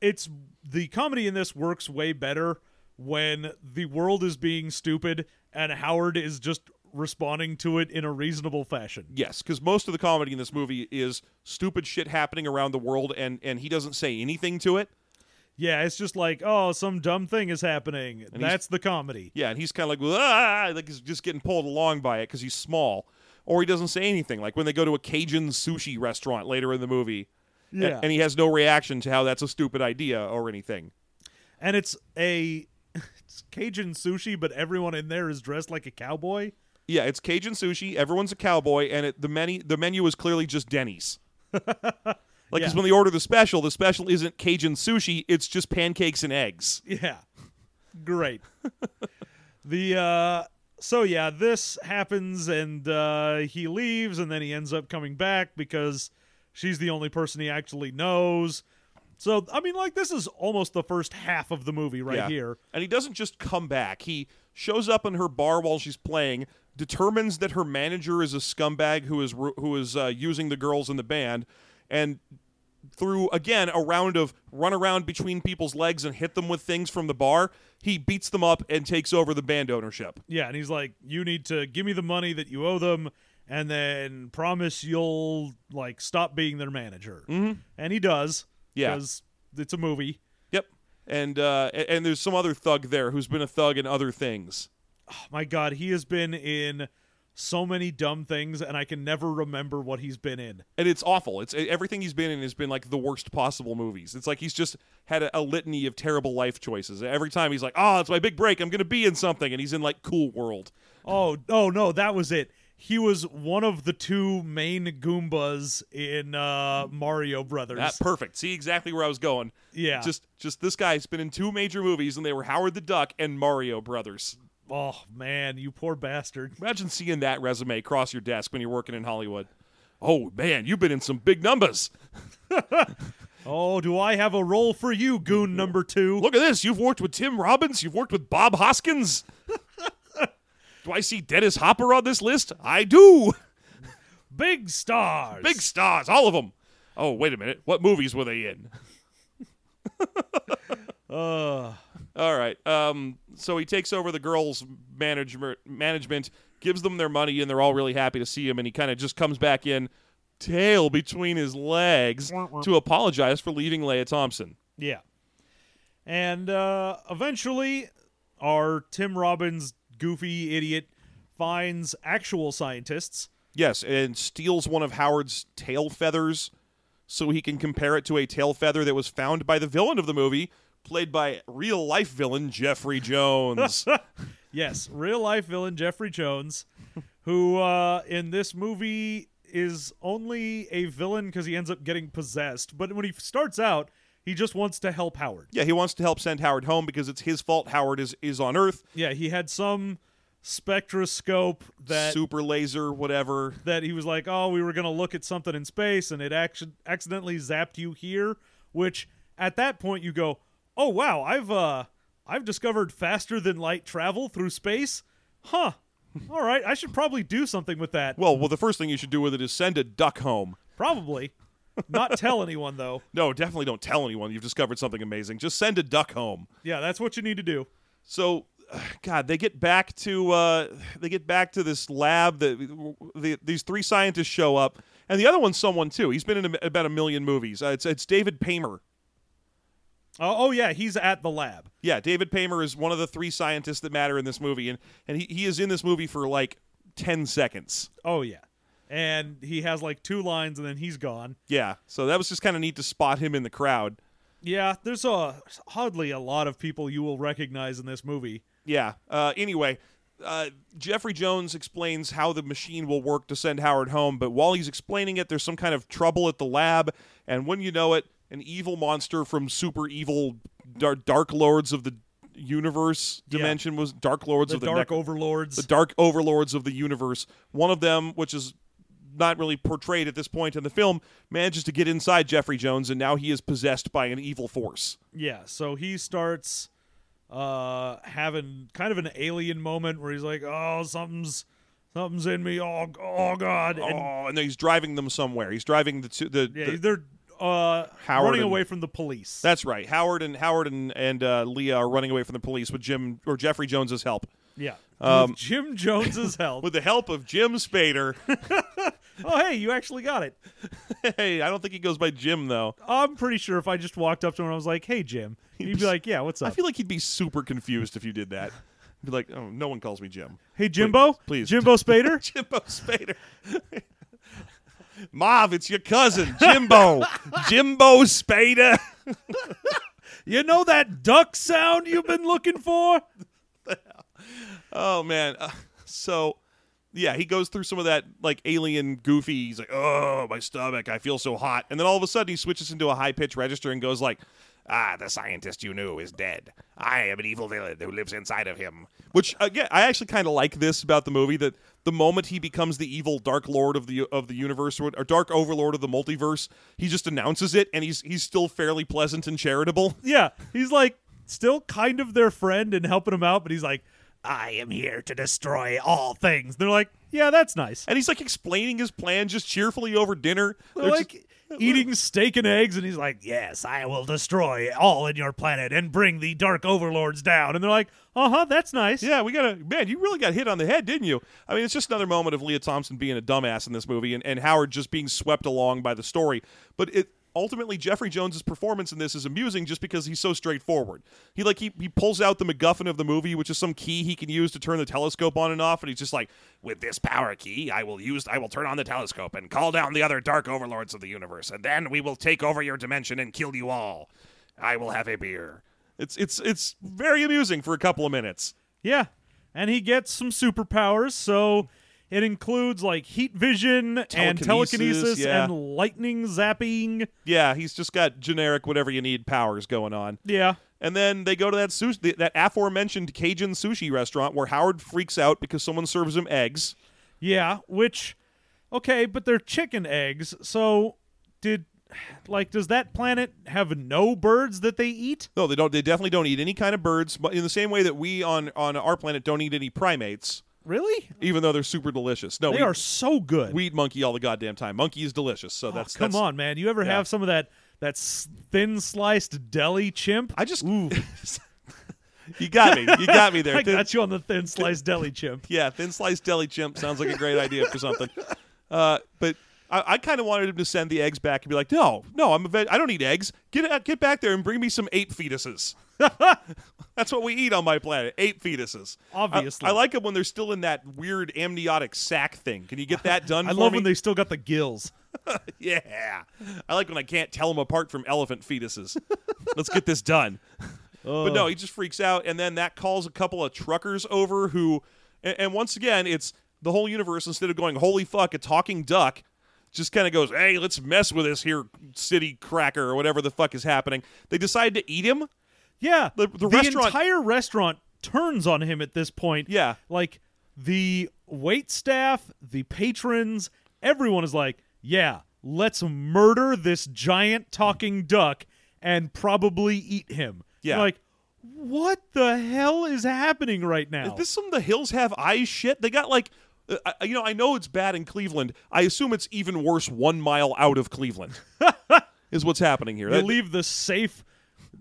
it's the comedy in this works way better when the world is being stupid and Howard is just responding to it in a reasonable fashion. Yes, because most of the comedy in this movie is stupid shit happening around the world, and and he doesn't say anything to it. Yeah, it's just like, oh, some dumb thing is happening. he's- That's the comedy. Yeah, and he's kind of like, ah, like he's just getting pulled along by it because he's small, or he doesn't say anything. Like when they go to a Cajun sushi restaurant later in the movie, a- Yeah. and he has no reaction to how that's a stupid idea or anything. and it's a it's Cajun sushi, but everyone in there is dressed like a cowboy. Yeah, it's Cajun sushi. Everyone's a cowboy, and it, the menu the menu is clearly just Denny's. Like, 'cause Yeah. when they order the special, the special isn't Cajun sushi; it's just pancakes and eggs. Yeah, great. the uh, so yeah, this happens, and uh, he leaves, and then he ends up coming back because she's the only person he actually knows. So I mean, like this is almost the first half of the movie right Yeah. here. And he doesn't just come back. He shows up in her bar while she's playing, determines that her manager is a scumbag who is ru- who is uh, using the girls in the band, and through again a round of run around between people's legs and hit them with things from the bar, he beats them up and takes over the band ownership. Yeah, and he's like, "You need to give me the money that you owe them, and then promise you'll like stop being their manager." Mm-hmm. And he does. Yeah. because it's a movie. Yep. And uh, a- and there's some other thug there who's been a thug in other things. Oh, my God, he has been in so many dumb things, and I can never remember what he's been in. and it's awful. It's everything he's been in has been like the worst possible movies. It's like he's just had a, a litany of terrible life choices. Every time he's like, "Oh, it's my big break. I'm gonna be in something," and he's in like Cool World. Oh, oh no, that was it. He was one of the two main Goombas in uh, Mario Brothers. That perfect. See exactly where I was going. Yeah. Just, just this guy's been in two major movies, and they were Howard the Duck and Mario Brothers. oh man, you poor bastard. Imagine seeing that resume cross your desk when you're working in Hollywood. Oh man, you've been in some big numbers. Oh, do I have a role for you, Mm-hmm. goon number two? Look at this. You've worked with Tim Robbins. You've worked with Bob Hoskins. do I see Dennis Hopper on this list? I do. Big stars. Big stars, all of them. Oh, wait a minute. What movies were they in? Uh, All right. Um, so he takes over the girls' management, management, gives them their money, and they're all really happy to see him. And he kind of just comes back in, tail between his legs, to apologize for leaving Leia Thompson. yeah. And uh, eventually, our Tim Robbins goofy idiot finds actual scientists. Yes, and steals one of Howard's tail feathers so he can compare it to a tail feather that was found by the villain of the movie, played by real life villain Jeffrey Jones. Yes, real life villain Jeffrey Jones, who uh, in this movie is only a villain because he ends up getting possessed. But when he starts out, he just wants to help Howard. Yeah, he wants to help send Howard home because it's his fault Howard is is on Earth. Yeah, he had some spectroscope that Super laser, whatever. that he was like, "Oh, we were gonna look at something in space, and it action accidentally zapped you here." Which at that point you go, "Oh wow, I've uh, I've discovered faster than light travel through space, huh? All right, I should probably do something with that. Well, well, the first thing you should do with it is send a duck home. Probably." Not tell anyone though. No, definitely don't tell anyone you've discovered something amazing. Just send a duck home. Yeah, that's what you need to do. So, God, they get back to uh, they get back to this lab. That the, these three scientists show up, and the other one's someone too. He's been in a, about a million movies. Uh, it's it's David Paymer. Oh, oh yeah, he's at the lab. Yeah, David Paymer is one of the three scientists that matter in this movie, and and he, he is in this movie for like ten seconds. Oh yeah. And he has like two lines and then he's gone. Yeah, so that was just kind of neat to spot him in the crowd. Yeah, there's a hardly a lot of people you will recognize in this movie. Yeah. Uh, anyway, uh, Jeffrey Jones explains how the machine will work to send Howard home, but while he's explaining it, there's some kind of trouble at the lab, and when you know it, an evil monster from super evil dar- Dark Lords of the universe Yeah. dimension was Dark Lords The of the Dark Nec- Overlords. the Dark Overlords of the universe. One of them, which is not really portrayed at this point in the film, manages to get inside Jeffrey Jones, and now he is possessed by an evil force. yeah, so he starts uh having kind of an alien moment where he's like, "Oh, something's something's in me. Oh, g- oh god." And oh, and then he's driving them somewhere. He's driving the two, the, yeah, the- they're uh Howard running and- away from the police. That's right. Howard and Howard and and uh, Leah are running away from the police with Jim or Jeffrey Jones's help. yeah. With Jim Jones's help. um, With the help of Jim Spader. oh, hey, you actually got it. hey, I don't think he goes by Jim though. I'm pretty sure if I just walked up to him and I was like, "Hey, Jim," he'd be like, "Yeah, what's I up?" feel like he'd be super confused if you did that. He'd be like, "Oh, no one calls me Jim." hey, Jimbo, please. Jimbo Spader. Jimbo Spader. Mav, it's your cousin, Jimbo. Jimbo Spader. you know that duck sound you've been looking for? Oh man. Uh, so yeah, he goes through some of that like alien goofy. He's like, "Oh, my stomach, I feel so hot." And then all of a sudden he switches into a high-pitched register and goes like, "Ah, the scientist you knew is dead. I am an evil villain who lives inside of him." Which again, I actually kind of like this about the movie that the moment he becomes the evil dark lord of the of the universe or, or dark overlord of the multiverse, he just announces it and he's he's still fairly pleasant and charitable. Yeah, he's like still kind of their friend and helping him out, but he's like, "I am here to destroy all things." They're like, "Yeah, that's nice." And he's like explaining his plan just cheerfully over dinner. They're They're just- like eating steak and eggs, and he's like, "Yes, I will destroy all in your planet and bring the dark overlords down." And they're like, "Uh huh, that's nice." Yeah, we got to man. You really got hit on the head, didn't you? I mean, it's just another moment of Leah Thompson being a dumbass in this movie, and, and Howard just being swept along by the story. But it ultimately Jeffrey Jones's performance in this is amusing just because he's so straightforward. He like he, he pulls out the MacGuffin of the movie, which is some key he can use to turn the telescope on and off, and he's just like, with this power key, I will use I will turn on the telescope and call down the other dark overlords of the universe, and then we will take over your dimension and kill you all. I will have a beer. It's it's it's very amusing for a couple of minutes. Yeah. And he gets some superpowers, so it includes like heat vision and Telekinesis, telekinesis yeah. and lightning zapping. Yeah, he's just got generic whatever you need powers going on. Yeah. And then they go to that sushi, that aforementioned Cajun sushi restaurant where Howard freaks out because someone serves him eggs. Yeah, which okay, but they're chicken eggs. So did like does that planet have no birds that they eat? No, they don't. They definitely don't eat any kind of birds. But in the same way that we on on our planet don't eat any primates, Really? even though they're super delicious. No, They we, are so good. we eat monkey all the goddamn time. Monkey is delicious. So Oh, that's come that's- on, man. You ever yeah. have some of that that s- thin sliced deli chimp? I just Ooh. you got me. You got me there. I got you on the thin sliced deli chimp. yeah, thin sliced deli chimp sounds like a great idea for something. Uh, but I, I kind of wanted him to send the eggs back and be like, no, no, I'm a veg- I don't eat eggs. Get out, get back there and bring me some ape fetuses. That's what we eat on my planet, ape fetuses. I- Obviously. I, like them when they're still in that weird amniotic sac thing. Can you get that done? I for love me? when they still got the gills. Yeah, I like when I can't tell them apart from elephant fetuses. Let's get this done. But no, he just freaks out, and then that calls a couple of truckers over who, and, and once again, it's the whole universe. Instead of going, "Holy fuck," a talking duck just kind of goes, "Hey, let's mess with this here city cracker or whatever the fuck is happening." They decide to eat him. Yeah, The- the restaurant- entire restaurant turns on him at this point. Yeah. like the wait staff, the patrons, everyone is like, "Yeah, let's murder this giant talking duck and probably eat him." Yeah. like what the hell is happening right now? Is this some of the hills have eyes shit? They got like Uh, I, you know, I know it's bad in Cleveland. I assume it's even worse one mile out of Cleveland. is what's happening here. You That- leave the safe,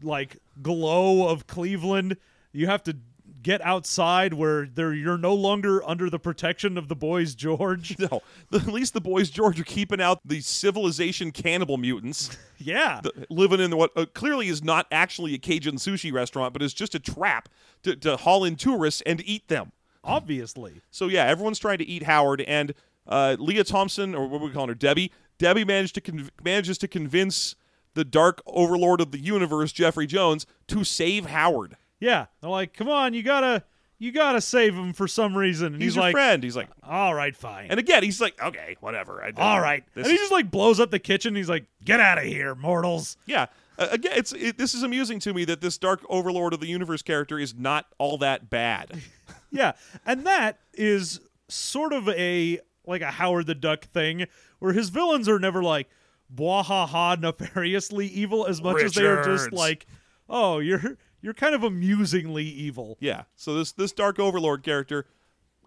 like glow of Cleveland. You have to get outside where there you're no longer under the protection of the boys George. no, at least the boys George are keeping out the civilization cannibal mutants Yeah, th- living in what uh, clearly is not actually a Cajun sushi restaurant, but is just a trap to, to haul in tourists and eat them. obviously. So yeah, everyone's trying to eat Howard, and uh, Leah Thompson, or what are we calling her, Debbie. Debbie managed to conv- manages to convince the Dark Overlord of the Universe, Jeffrey Jones, to save Howard. Yeah, they're like, come on, you gotta, you gotta save him for some reason. And He's, he's, your like, friend. He's like, all right, fine, and again, he's like, okay, whatever. I don't- all right. This and he is- just like blows up the kitchen. He's like, get out of here, mortals. yeah. Uh, again, it's it, this is amusing to me that this Dark Overlord of the Universe character is not all that bad. Yeah, and that is sort of a like a Howard the Duck thing, where his villains are never like bwahaha nefariously evil as much as they are just Richards. like, oh, you're you're kind of amusingly evil. Yeah. So this this Dark Overlord character,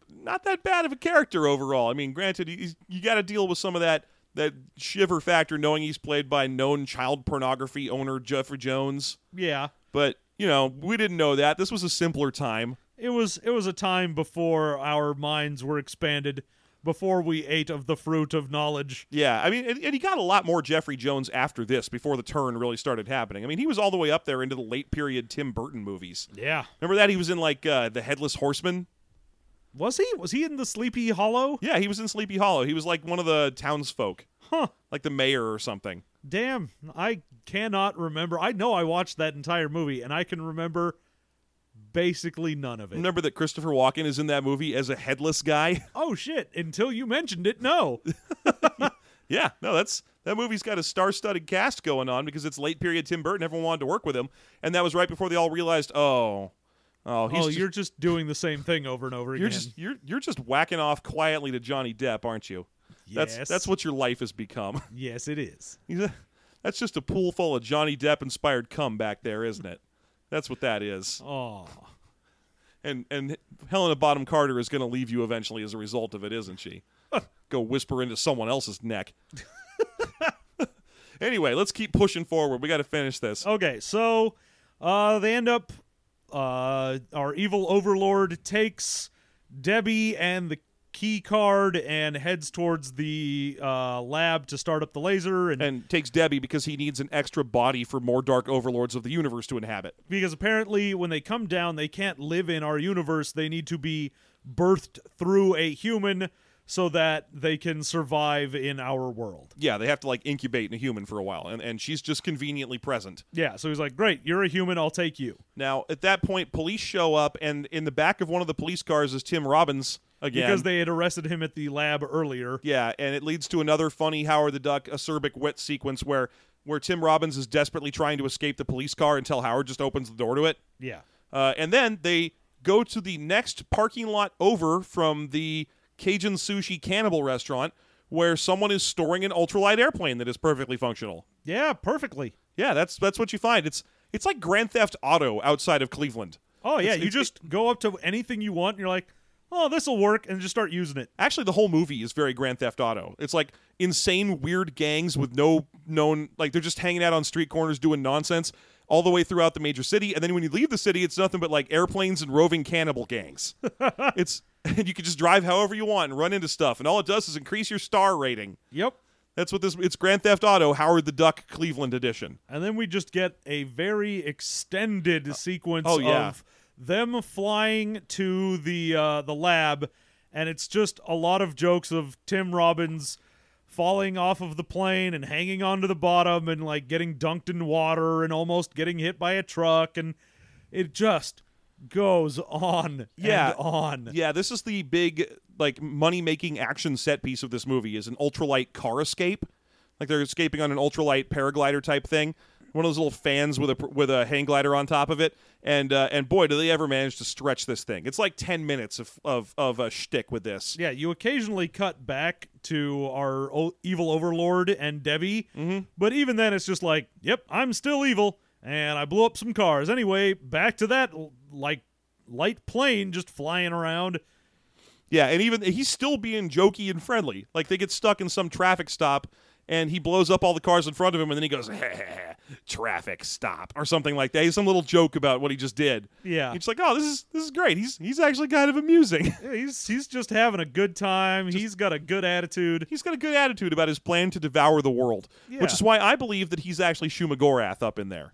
not that bad of a character overall. I mean, granted, he's, you got to deal with some of that that shiver factor, knowing he's played by known child pornography owner Jeffrey Jones. Yeah, But you know, we didn't know that. This was a simpler time. it was it was a time before our minds were expanded, before we ate of the fruit of knowledge. Yeah, I mean, and, and he got a lot more Jeffrey Jones after this, before the turn really started happening. I mean, he was all the way up there into the late period Tim Burton movies. Yeah, Remember that he was in like uh, the Headless Horseman. was he was he in the Sleepy Hollow? Yeah, he was in Sleepy Hollow. He was like one of the townsfolk, Huh. like the mayor or something. Damn, I cannot remember. I know I watched that entire movie, and I can remember basically none of it. Remember that Christopher Walken is in that movie as a headless guy? Oh shit! Until you mentioned it, no. yeah, no, that's that movie's got a star-studded cast going on because it's late period Tim Burton. Everyone wanted to work with him, and that was right before they all realized, oh, oh, he's oh, just, you're just doing the same thing over and over you're again. just you're you're just whacking off quietly to Johnny Depp, aren't you? Yes. That's that's what your life has become. yes, it is. He's a- that's just a pool full of Johnny Depp inspired cum back there, isn't it? That's what that is. Oh, And and Helena Bottom Carter is going to leave you eventually as a result of it, isn't she? Go whisper into someone else's neck. anyway, let's keep pushing forward. We got to finish this. okay. So, uh, they end up. Uh, our evil overlord takes Debbie and the key card and heads towards the uh, lab to start up the laser, and, And takes Debbie because he needs an extra body for more Dark Overlords of the Universe to inhabit. because apparently when they come down, they can't live in our universe. They need to be birthed through a human so that they can survive in our world. Yeah, they have to like incubate in a human for a while, and and she's just conveniently present. Yeah, so he's like, "Great, you're a human. I'll take you." Now at that point, police show up, and in the back of one of the police cars is Tim Robbins again. Because they had arrested him at the lab earlier. Yeah, and it leads to another funny Howard the Duck acerbic wit sequence where where Tim Robbins is desperately trying to escape the police car until Howard just opens the door to it. Yeah. Uh, and then they go to the next parking lot over from the Cajun sushi cannibal restaurant where someone is storing an ultralight airplane that is perfectly functional. Yeah, perfectly. Yeah, that's that's what you find. It's it's like Grand Theft Auto outside of Cleveland. Oh yeah, It's- you it's- just go up to anything you want and you're like, "Oh, this will work," and just start using it. Actually, the whole movie is very Grand Theft Auto. It's like insane, weird gangs with no known, like they're just hanging out on street corners doing nonsense all the way throughout the major city. And then when you leave the city, it's nothing but like airplanes and roving cannibal gangs. it's and you can just drive however you want and run into stuff, and all it does is increase your star rating. Yep. That's what this. It's Grand Theft Auto Howard the Duck Cleveland edition. And then we just get a very extended sequence oh, yeah. of them flying to the uh, the lab, and it's just a lot of jokes of Tim Robbins falling off of the plane and hanging onto the bottom and like getting dunked in water and almost getting hit by a truck, and it just goes on Yeah. and on. Yeah, this is the big like money making action set piece of this movie is an ultralight car escape. Like they're escaping on an ultralight paraglider type thing, one of those little fans with a with a hang glider on top of it. And uh, and boy, do they ever manage to stretch this thing? It's like ten minutes of of of a shtick with this. Yeah, you occasionally cut back to our o- evil overlord and Debbie, Mm-hmm. but even then, it's just like, yep, I'm still evil, and I blew up some cars. Anyway, back to that l- like light plane just flying around. Yeah, and even he's still being jokey and friendly. Like they get stuck in some traffic stop and he blows up all the cars in front of him and then he goes, traffic stop or something like that. He's some little joke about what he just did. Yeah. He's like, Oh, this is this is great. He's he's actually kind of amusing. Yeah, he's he's just having a good time. he's got a good attitude. he's got a good attitude about his plan to devour the world. Yeah. Which is why I believe that he's actually Shumagorath up in there.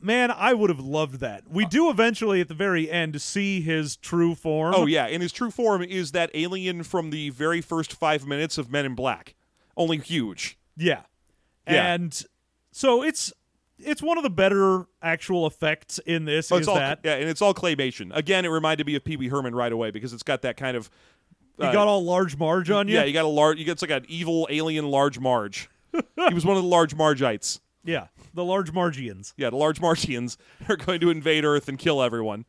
Man, I would have loved that. Uh, We do eventually at the very end see his true form. Oh yeah, and his true form is that alien from the very first five minutes of Men in Black. Only huge. Yeah. Yeah. And so it's it's one of the better actual effects in this Oh, is it's all, that Yeah, and it's all claymation. Again, it reminded me of Pee Wee Herman right away because it's got that kind of. uh, you got all large marge on you. Yeah, you got a large. You got it's like an evil alien large Marge. he was one of the large Margites. Yeah, The large margians. Yeah, the large Martians are going to invade Earth and kill everyone.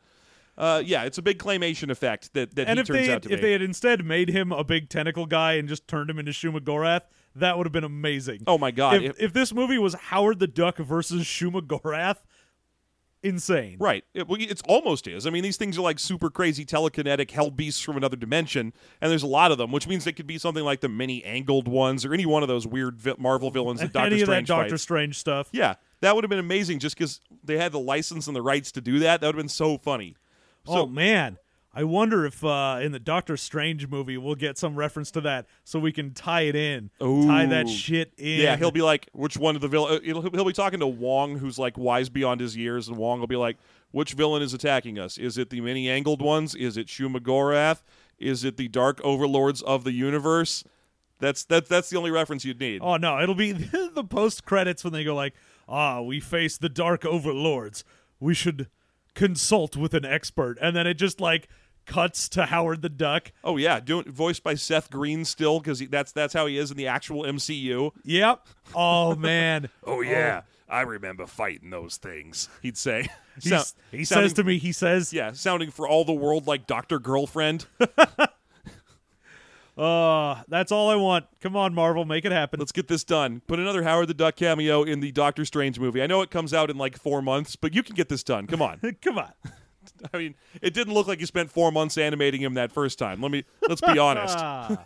Uh, yeah, it's a big claymation effect that that And he if turns they out had, to if be. they had instead made him a big tentacle guy and just turned him into Shuma Gorath, that would have been amazing. oh my god! if, if- if this movie was Howard the Duck versus Shuma Gorath, insane. Right. It, well, it's almost is. I mean, these things are like super crazy telekinetic hell beasts from another dimension, and there's a lot of them, which means they could be something like the many angled ones or any one of those weird vi- Marvel villains that Doctor Any of that Strange Doctor fights. Strange stuff. Yeah, that would have been amazing just because they had the license and the rights to do that. That would have been so funny. oh man, I wonder if uh, in the Doctor Strange movie we'll get some reference to that, so we can tie it in, tie that Ooh. shit in. Yeah, he'll be like, which one of the villain? He'll, he'll be talking to Wong, who's like wise beyond his years, and Wong will be like, which villain is attacking us? Is it the many angled ones? Is it Shuma Gorath? Is it the dark overlords of the universe? That's that's that's the only reference you'd need. Oh no, it'll be the post credits when they go like, ah, we face the dark overlords. We should consult with an expert, and then it just like cuts to Howard the Duck. Oh yeah, doing voiced by Seth Green still because that's that's how he is in the actual MCU. Yep. Oh man. Oh yeah, I remember fighting those things. He'd say. He's- Sou- he sounding- says to me, he says, Yeah, sounding for all the world like Doctor Girlfriend. Uh, that's all I want. Come on, Marvel, make it happen. Let's get this done. Put another Howard the Duck cameo in the Doctor Strange movie. I know it comes out in like four months, but you can get this done. Come on. Come on. I mean, it didn't look like you spent four months animating him that first time. Let me let's be honest. Ah.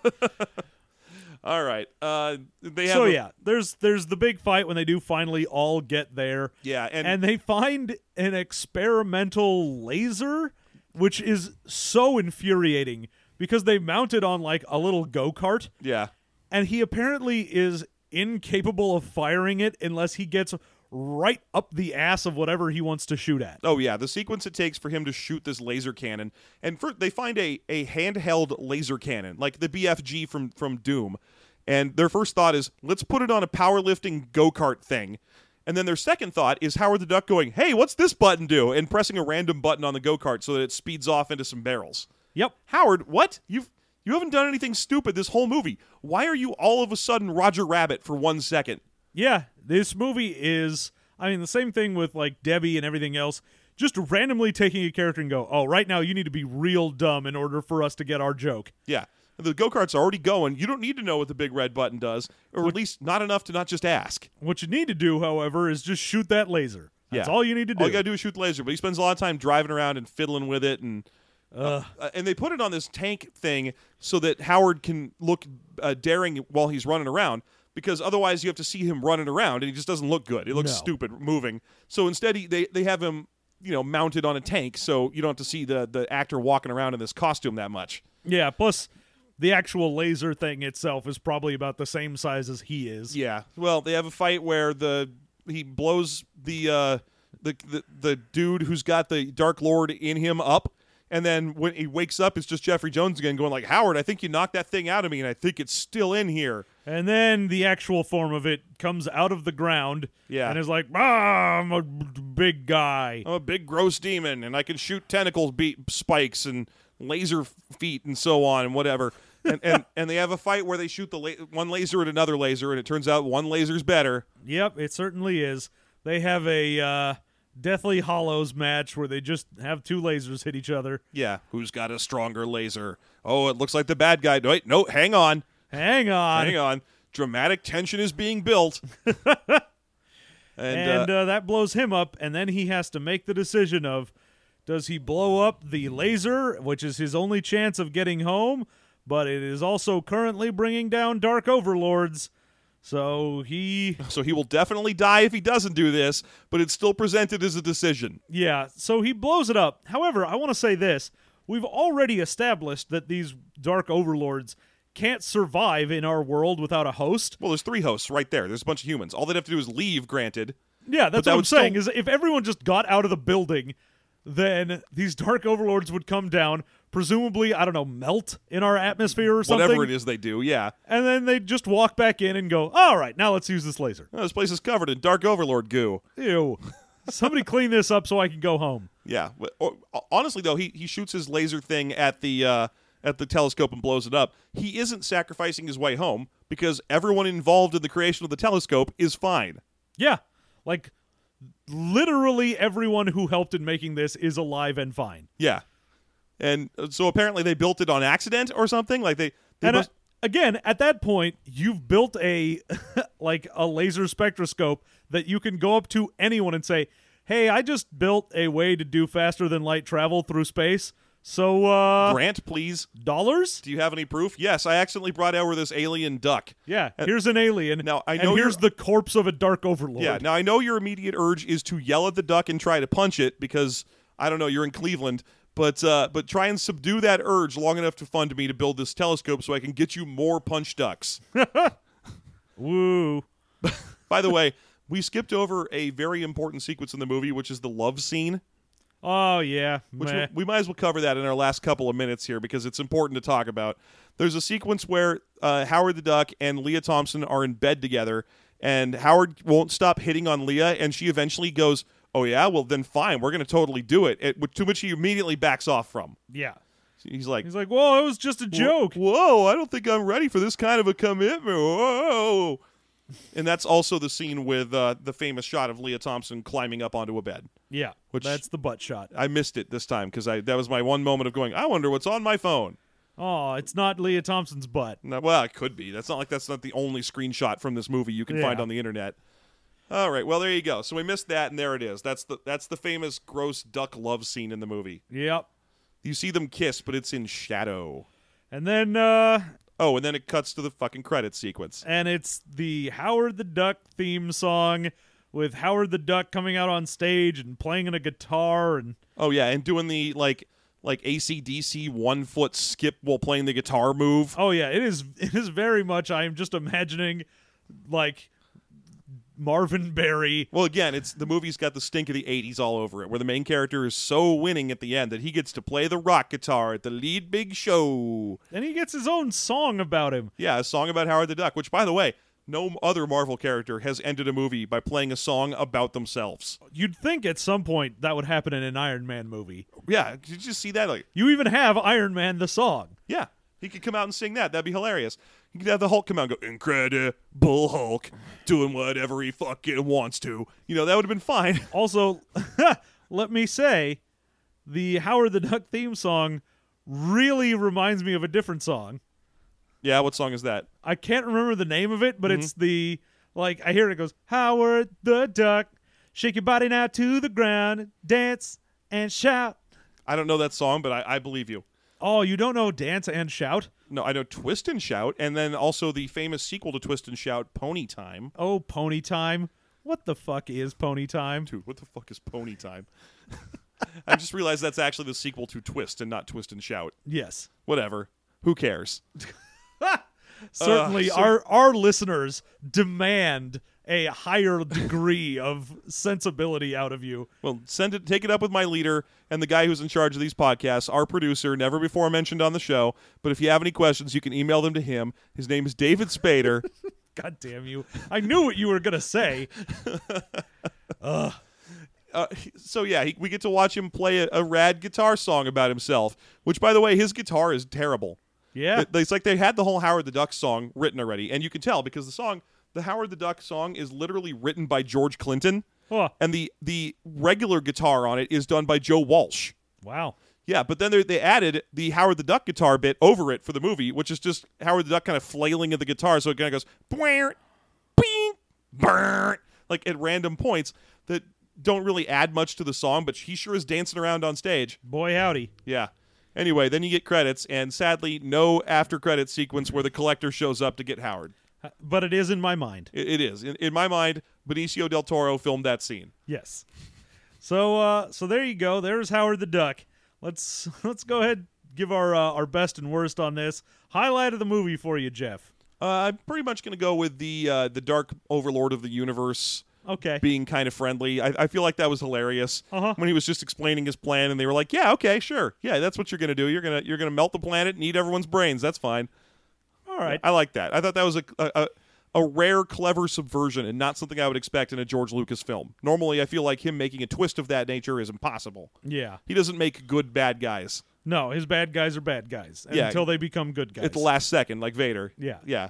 All right. Uh, they have so a- yeah, there's there's the big fight when they do finally all get there. yeah, and, And, they find an experimental laser, which is so infuriating because they mount it on like a little go kart, yeah, and he apparently is incapable of firing it unless he gets right up the ass of whatever he wants to shoot at. oh yeah, the sequence it takes for him to shoot this laser cannon, and for, they find a a handheld laser cannon like the BFG from from Doom, and their first thought is let's put it on a powerlifting go kart thing. And then their second thought is Howard the Duck going, "Hey, what's this button do?" and pressing a random button on the go-kart so that it speeds off into some barrels. Yep. Howard, what? You've you haven't done anything stupid this whole movie. Why are you all of a sudden Roger Rabbit for 1 second? Yeah, this movie is. I mean, the same thing with like Debbie and everything else. Just randomly taking a character and go, oh, right now you need to be real dumb in order for us to get our joke. Yeah. The go-kart's already going. You don't need to know what the big red button does, or at least not enough to not just ask. What you need to do, however, is just shoot that laser. That's Yeah. all you need to do. All you gotta do is shoot the laser. But he spends a lot of time driving around and fiddling with it, and uh, and they put it on this tank thing so that Howard can look uh, daring while he's running around. Because otherwise, you have to see him running around, and he just doesn't look good. It looks No. stupid moving. So instead, he, they they have him you know mounted on a tank, so you don't have to see the the actor walking around in this costume that much. yeah, plus the actual laser thing itself is probably about the same size as he is. Yeah. Well, they have a fight where the he blows the uh the the, the dude who's got the Dark Lord in him up. And then when he wakes up, it's just Jeffrey Jones again going like, Howard, I think you knocked that thing out of me, and I think it's still in here. And then the actual form of it comes out of the ground Yeah. and is like, ah, I'm a b- big guy. I'm a big gross demon, and I can shoot tentacle beat spikes and laser feet and so on and whatever. And and, and they have a fight where they shoot the la- one laser at another laser, and it turns out one laser's better. Yep, it certainly is. They have a uh, Deathly Hollows match where they just have two lasers hit each other. Yeah, who's got a stronger laser? Oh, it looks like the bad guy. Wait, no, hang on. Hang on. Hang on. Dramatic tension is being built. and, And uh, uh, that blows him up, and then he has to make the decision of Does he blow up the laser, which is his only chance of getting home? But it is also currently bringing down Dark Overlords. So he, So he will definitely die if he doesn't do this, but it's still presented as a decision. yeah, so he blows it up. However, I want to say this we've already established that these Dark Overlords can't survive in our world without a host. Well, there's three hosts right there. There's a bunch of humans. All they'd have to do is leave, granted. Yeah, that's that what I'm would still- saying. Is if everyone just got out of the building, then these dark overlords would come down, presumably I don't know, melt in our atmosphere or something, Whatever it is they do, yeah. and then they would just walk back in and go, "All right, now let's use this laser." Oh, this place is covered in Dark Overlord goo. Ew. Somebody clean this up so I can go home. Yeah. Wh- or- Honestly, though, he, he shoots his laser thing at the uh, at the telescope and blows it up. He isn't sacrificing his way home because everyone involved in the creation of the telescope is fine. Yeah. Like literally everyone who helped in making this is alive and fine. Yeah. And uh, so apparently they built it on accident or something. Like they, they And uh, must- again, at that point, you've built a like a laser spectroscope that you can go up to anyone and say, "Hey, I just built a way to do faster than light travel through space." So, uh, Grant, please. dollars? Do you have any proof? Yes, I accidentally brought over this alien duck. Yeah, here's an alien. Now, I and know here's the corpse of a dark overlord. Yeah. Now I know your immediate urge is to yell at the duck and try to punch it because I don't know you're in Cleveland, but uh, but try and subdue that urge long enough to fund me to build this telescope so I can get you more punch ducks. Woo. By the way, we skipped over a very important sequence in the movie, which is the love scene. Oh yeah. Which meh. we, we might as well cover that in our last couple of minutes here because it's important to talk about. There's a sequence where uh, Howard the Duck and Leah Thompson are in bed together, and Howard won't stop hitting on Leah, and she eventually goes, "Oh yeah, well then fine, we're gonna totally do it." it which- to which he immediately backs off from. yeah. He's like, He's like, "Whoa, it was just a joke." Whoa, I don't think I'm ready for this kind of a commitment. Whoa. And that's also the scene with uh, the famous shot of Leah Thompson climbing up onto a bed. yeah. Which- that's the butt shot. I missed it this time because I that was my one moment of going. I wonder what's on my phone. Oh, it's not Leah Thompson's butt. No, well, it could be. That's not like that's not the only screenshot from this movie you can find Yeah. on the internet. All right, well there you go. So we missed that, and there it is. That's the that's the famous gross duck love scene in the movie. Yep. You see them kiss, but it's in shadow. And then uh Oh, and then it cuts to the fucking credit sequence. and it's the Howard the Duck theme song with Howard the Duck coming out on stage and playing on a guitar and Oh yeah, and doing the like like ACDC one foot skip while playing the guitar move. oh yeah, it is it is very much I am just imagining like Marvin Berry. Well, again, it's the movie's got the stink of the '80s all over it, where the main character is so winning at the end that he gets to play the rock guitar at the lead big show. And he gets his own song about him. Yeah, a song about Howard the Duck, which, by the way, no other Marvel character has ended a movie by playing a song about themselves. You'd think at some point that would happen in an Iron Man movie. Yeah, did you just see that? Like, You even have Iron Man the song. yeah, he could come out and sing that. That'd be hilarious. He could have the Hulk come out and go, Incredible Hulk, doing whatever he fucking wants to. You know, that would have been fine. Also, let me say, the Howard the Duck theme song really reminds me of a different song. yeah, what song is that? I can't remember the name of it, but it's the like I hear it, it goes Howard the Duck, shake your body now to the ground, dance and shout. I don't know that song, but I, I believe you. Oh, you don't know dance and shout? No, I know Twist and Shout, and then also the famous sequel to Twist and Shout, Pony Time. Oh, pony time. What the fuck is pony time? Dude, what the fuck is Pony Time? I just realized that's actually the sequel to Twist and not Twist and Shout. Yes. whatever. Who cares? Certainly Uh, so- our our listeners demand a higher degree of sensibility out of you. Well, send it, take it up with my leader and the guy who's in charge of these podcasts, our producer, never before mentioned on the show. But if you have any questions, you can email them to him. His name is David Spader. God damn you. I knew what you were going to say. uh, so yeah, he, we get to watch him play a, a rad guitar song about himself. Which, by the way, his guitar is terrible. Yeah. It- it's like they had the whole Howard the Duck song written already, and you can tell because the song, the Howard the Duck song, is literally written by George Clinton, Huh. and the the regular guitar on it is done by Joe Walsh. Wow. Yeah, but then they- they added the Howard the Duck guitar bit over it for the movie, which is just Howard the Duck kind of flailing at the guitar, so it kind of goes "Bwirr, bing, brrr," like at random points. That don't really add much to the song, but he sure is dancing around on stage. Boy, howdy. Yeah. Anyway, then you get credits, and sadly, no after credit sequence where the collector shows up to get Howard. But it is in my mind. It, it is, in, in my mind, Benicio del Toro filmed that scene. Yes. So uh, so there you go. There's Howard the Duck. Let's let's go ahead give our uh, our best and worst on this highlight of the movie for you, Jeff. Uh, I'm pretty much going to go with the uh, the Dark Overlord of the Universe Okay. being kind of friendly. I, I feel like that was hilarious Uh-huh. when he was just explaining his plan, and they were like, "Yeah, okay, sure, yeah, that's what you're going to do. You're gonna you're gonna melt the planet and eat everyone's brains. That's fine." All right. I like that. I thought that was a a, a rare, clever subversion, and not something I would expect in a George Lucas film. Normally, I feel like him making a twist of that nature is impossible. Yeah. He doesn't make good bad guys No, his bad guys are bad guys Yeah. until they become good guys. at the last second, like Vader. Yeah. yeah.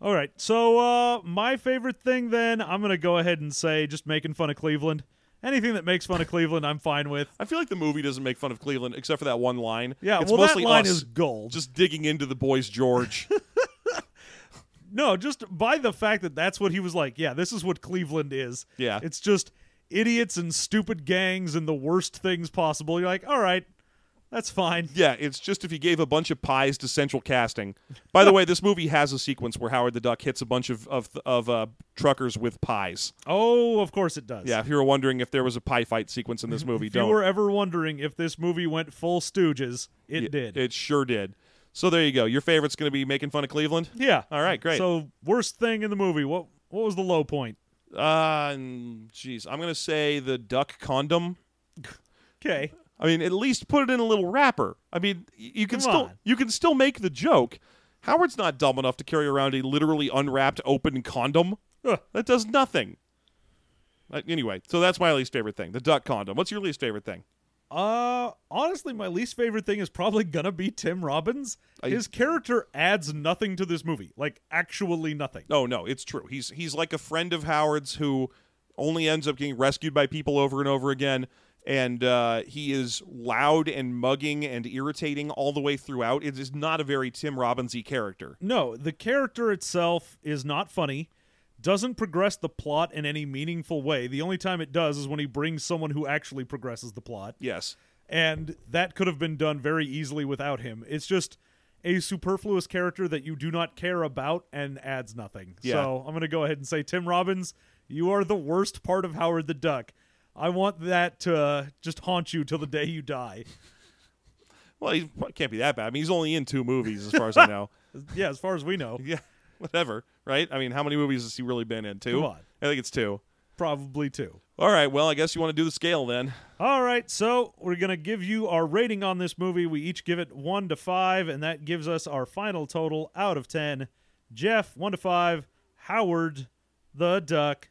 All right. So uh, my favorite thing then, I'm going to go ahead and say just making fun of Cleveland. Anything that makes fun of Cleveland, I'm fine with. I feel like the movie doesn't make fun of Cleveland except for that one line. Yeah, it's well, that mostly line us is gold. just digging into the boys George. No, just by the fact that that's what he was like. Yeah, this is what Cleveland is. Yeah. It's just idiots and stupid gangs and the worst things possible. You're like, all right, that's fine. yeah, it's just if you gave a bunch of pies to central casting. By the way, this movie has a sequence where Howard the Duck hits a bunch of of, of uh, truckers with pies. Oh, of course it does. Yeah, if you were wondering if there was a pie fight sequence in this movie, If don't. you were ever wondering if this movie went full Stooges, it did. It sure did. So there you go. Your favorite's going to be making fun of Cleveland. yeah. All right, great. So worst thing in the movie. What what was the low point? Uh, and- jeez, I'm going to say the duck condom. Okay. I mean, at least put it in a little wrapper. I mean, y- you Come can still on. you can still make the joke. Howard's not dumb enough to carry around a literally unwrapped open condom. Ugh. That does nothing. Uh, anyway, so that's my least favorite thing, the duck condom. What's your least favorite thing? Uh, honestly, my least favorite thing is probably gonna be Tim Robbins. I- His character adds nothing to this movie, like actually nothing. No, Oh, no, it's true. He's he's like a friend of Howard's who only ends up getting rescued by people over and over again, and uh, he is loud and mugging and irritating all the way throughout. It is not a very Tim Robbinsy character. No, the character itself is not funny, doesn't progress the plot in any meaningful way. The only time it does is when he brings someone who actually progresses the plot, Yes, and that could have been done very easily without him. It's just a superfluous character that you do not care about and adds nothing. Yeah. So I'm going to go ahead and say, Tim Robbins, you are the worst part of Howard the Duck. I want that to uh, just haunt you till the day you die. well, he can't be that bad. I mean, he's only in two movies as far as I know. Yeah, as far as we know, Yeah, whatever, right? I mean, how many movies has he really been in? Two. Come on. I think it's two. probably too. All right. Well, I guess you want to do the scale then. All right, so we're going to give you our rating on this movie. We each give it 1 to 5, and that gives us our final total out of 10. Jeff, 1 to 5. Howard, the duck.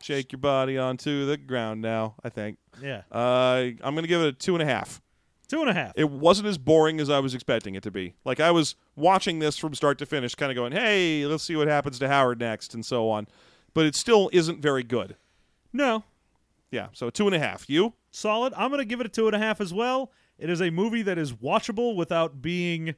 Shake your body onto the ground now. I think. Yeah. Uh, I'm gonna give it a two and a half. Two and a half. it wasn't as boring as I was expecting it to be. Like I was watching this from start to finish, kind of going, "Hey, let's see what happens to Howard next," and so on. But it still isn't very good. no. Yeah, so two and a half. You? Solid. I'm going to give it a two and a half as well. It is a movie that is watchable without being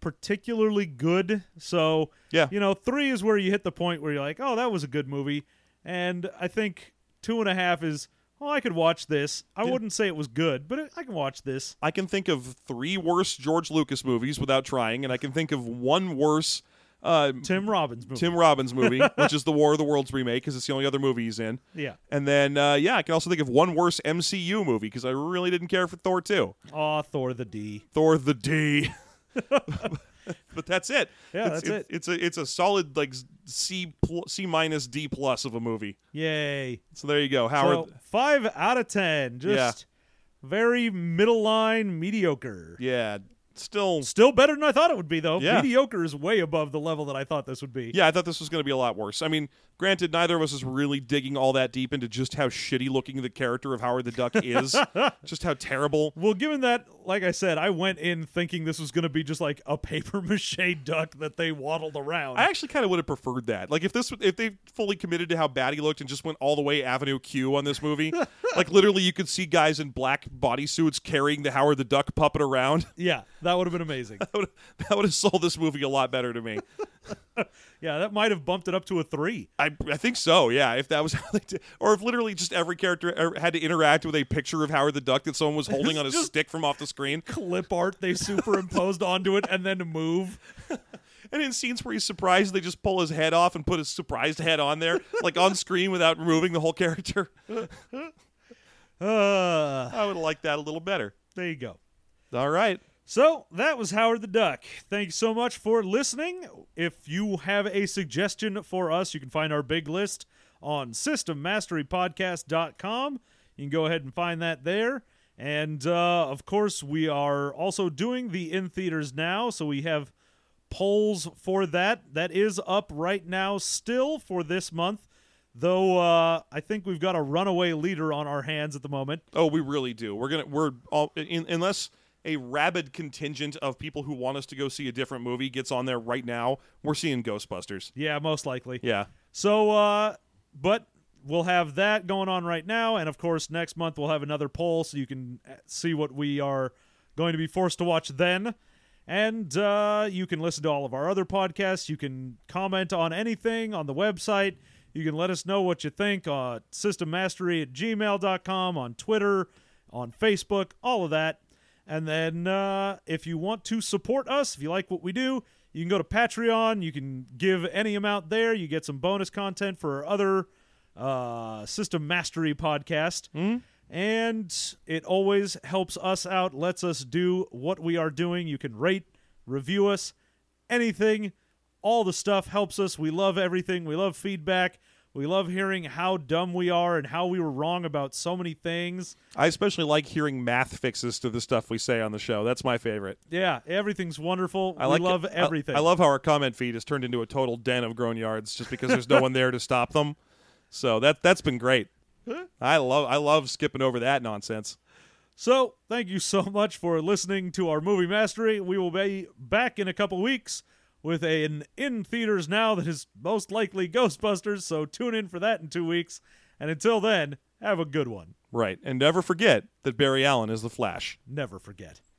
particularly good. So, Yeah. you know, three is where you hit the point where you're like, oh, that was a good movie. And I think two and a half is, oh, I could watch this. I wouldn't say it was good, but I can watch this. I can think of three worse George Lucas movies without trying, and I can think of one worse uh, Tim Robbins movie. Tim Robbins movie, which is the War of the Worlds remake, because it's the only other movie he's in. yeah. And then, uh, yeah, I can also think of one worse MCU movie because I really didn't care for Thor 2. Aw, Thor the D. Thor the D. but that's it. Yeah, it's, that's it. It's a it's a solid like C pl- C minus D plus of a movie. Yay. So there you go, So, Howard. five out of ten. Just very middle line, mediocre. yeah, still. Still better than I thought it would be, though. Yeah. Mediocre is way above the level that I thought this would be. Yeah, I thought this was going to be a lot worse. I mean, granted, neither of us is really digging all that deep into just how shitty looking the character of Howard the Duck is, just how terrible. Well, given that, like I said, I went in thinking this was going to be just like a paper mache duck that they waddled around. I actually kind of would have preferred that. Like if this if they fully committed to how bad he looked and just went all the way Avenue Q on this movie, like literally you could see guys in black bodysuits carrying the Howard the Duck puppet around. yeah. That would have been amazing. That would, that would have sold this movie a lot better to me. Yeah, that might have bumped it up to a three. I, I think so, yeah. If that was how they did, or if literally just every character er, had to interact with a picture of Howard the Duck that someone was holding on a Just- stick from off the screen, Clip art they superimposed onto it and then move. and in scenes where he's surprised, they just pull his head off and put his surprised head on there, like on screen without removing the whole character. Uh, I would like that a little better. there you go. All right. So that was Howard the Duck. Thanks so much for listening. If you have a suggestion for us, you can find our big list on systemmasterypodcast.com. You can go ahead and find that there. And uh, of course, we are also doing the in theaters now, so we have polls for that. That is up right now still for this month, though uh, I think we've got a runaway leader on our hands at the moment. Oh, we really do. We're gonna we're all in, unless a rabid contingent of people who want us to go see a different movie gets on there right now. We're seeing Ghostbusters. Yeah, most likely. Yeah. So, uh, but we'll have that going on right now. And of course, next month we'll have another poll so you can uh, see what we are going to be forced to watch then. And uh, you can listen to all of our other podcasts. You can comment on anything on the website. You can let us know what you think uh, systemmastery at gmail.com, on Twitter, on Facebook, all of that. And then uh, if you want to support us, if you like what we do, you can go to Patreon. You can give any amount there. You get some bonus content for our other uh, System Mastery podcast. And it always helps us out, lets us do what we are doing. You can rate, review us, anything. All the stuff helps us. We love everything. We love feedback. We love hearing how dumb we are and how we were wrong about so many things. I especially like hearing math fixes to the stuff we say on the show. That's my favorite. Yeah, everything's wonderful. I like we love I- everything. I, love how our comment feed has turned into a total den of grown yards just because there's no one there to stop them. So that that's been great. I love I love skipping over that nonsense. So, thank you so much for listening to our movie mastery. We will be back in a couple weeks with an in theaters now that is most likely Ghostbusters. So, tune in for that in two weeks. And until then, have a good one. Right. And never forget that Barry Allen is the Flash. Never forget.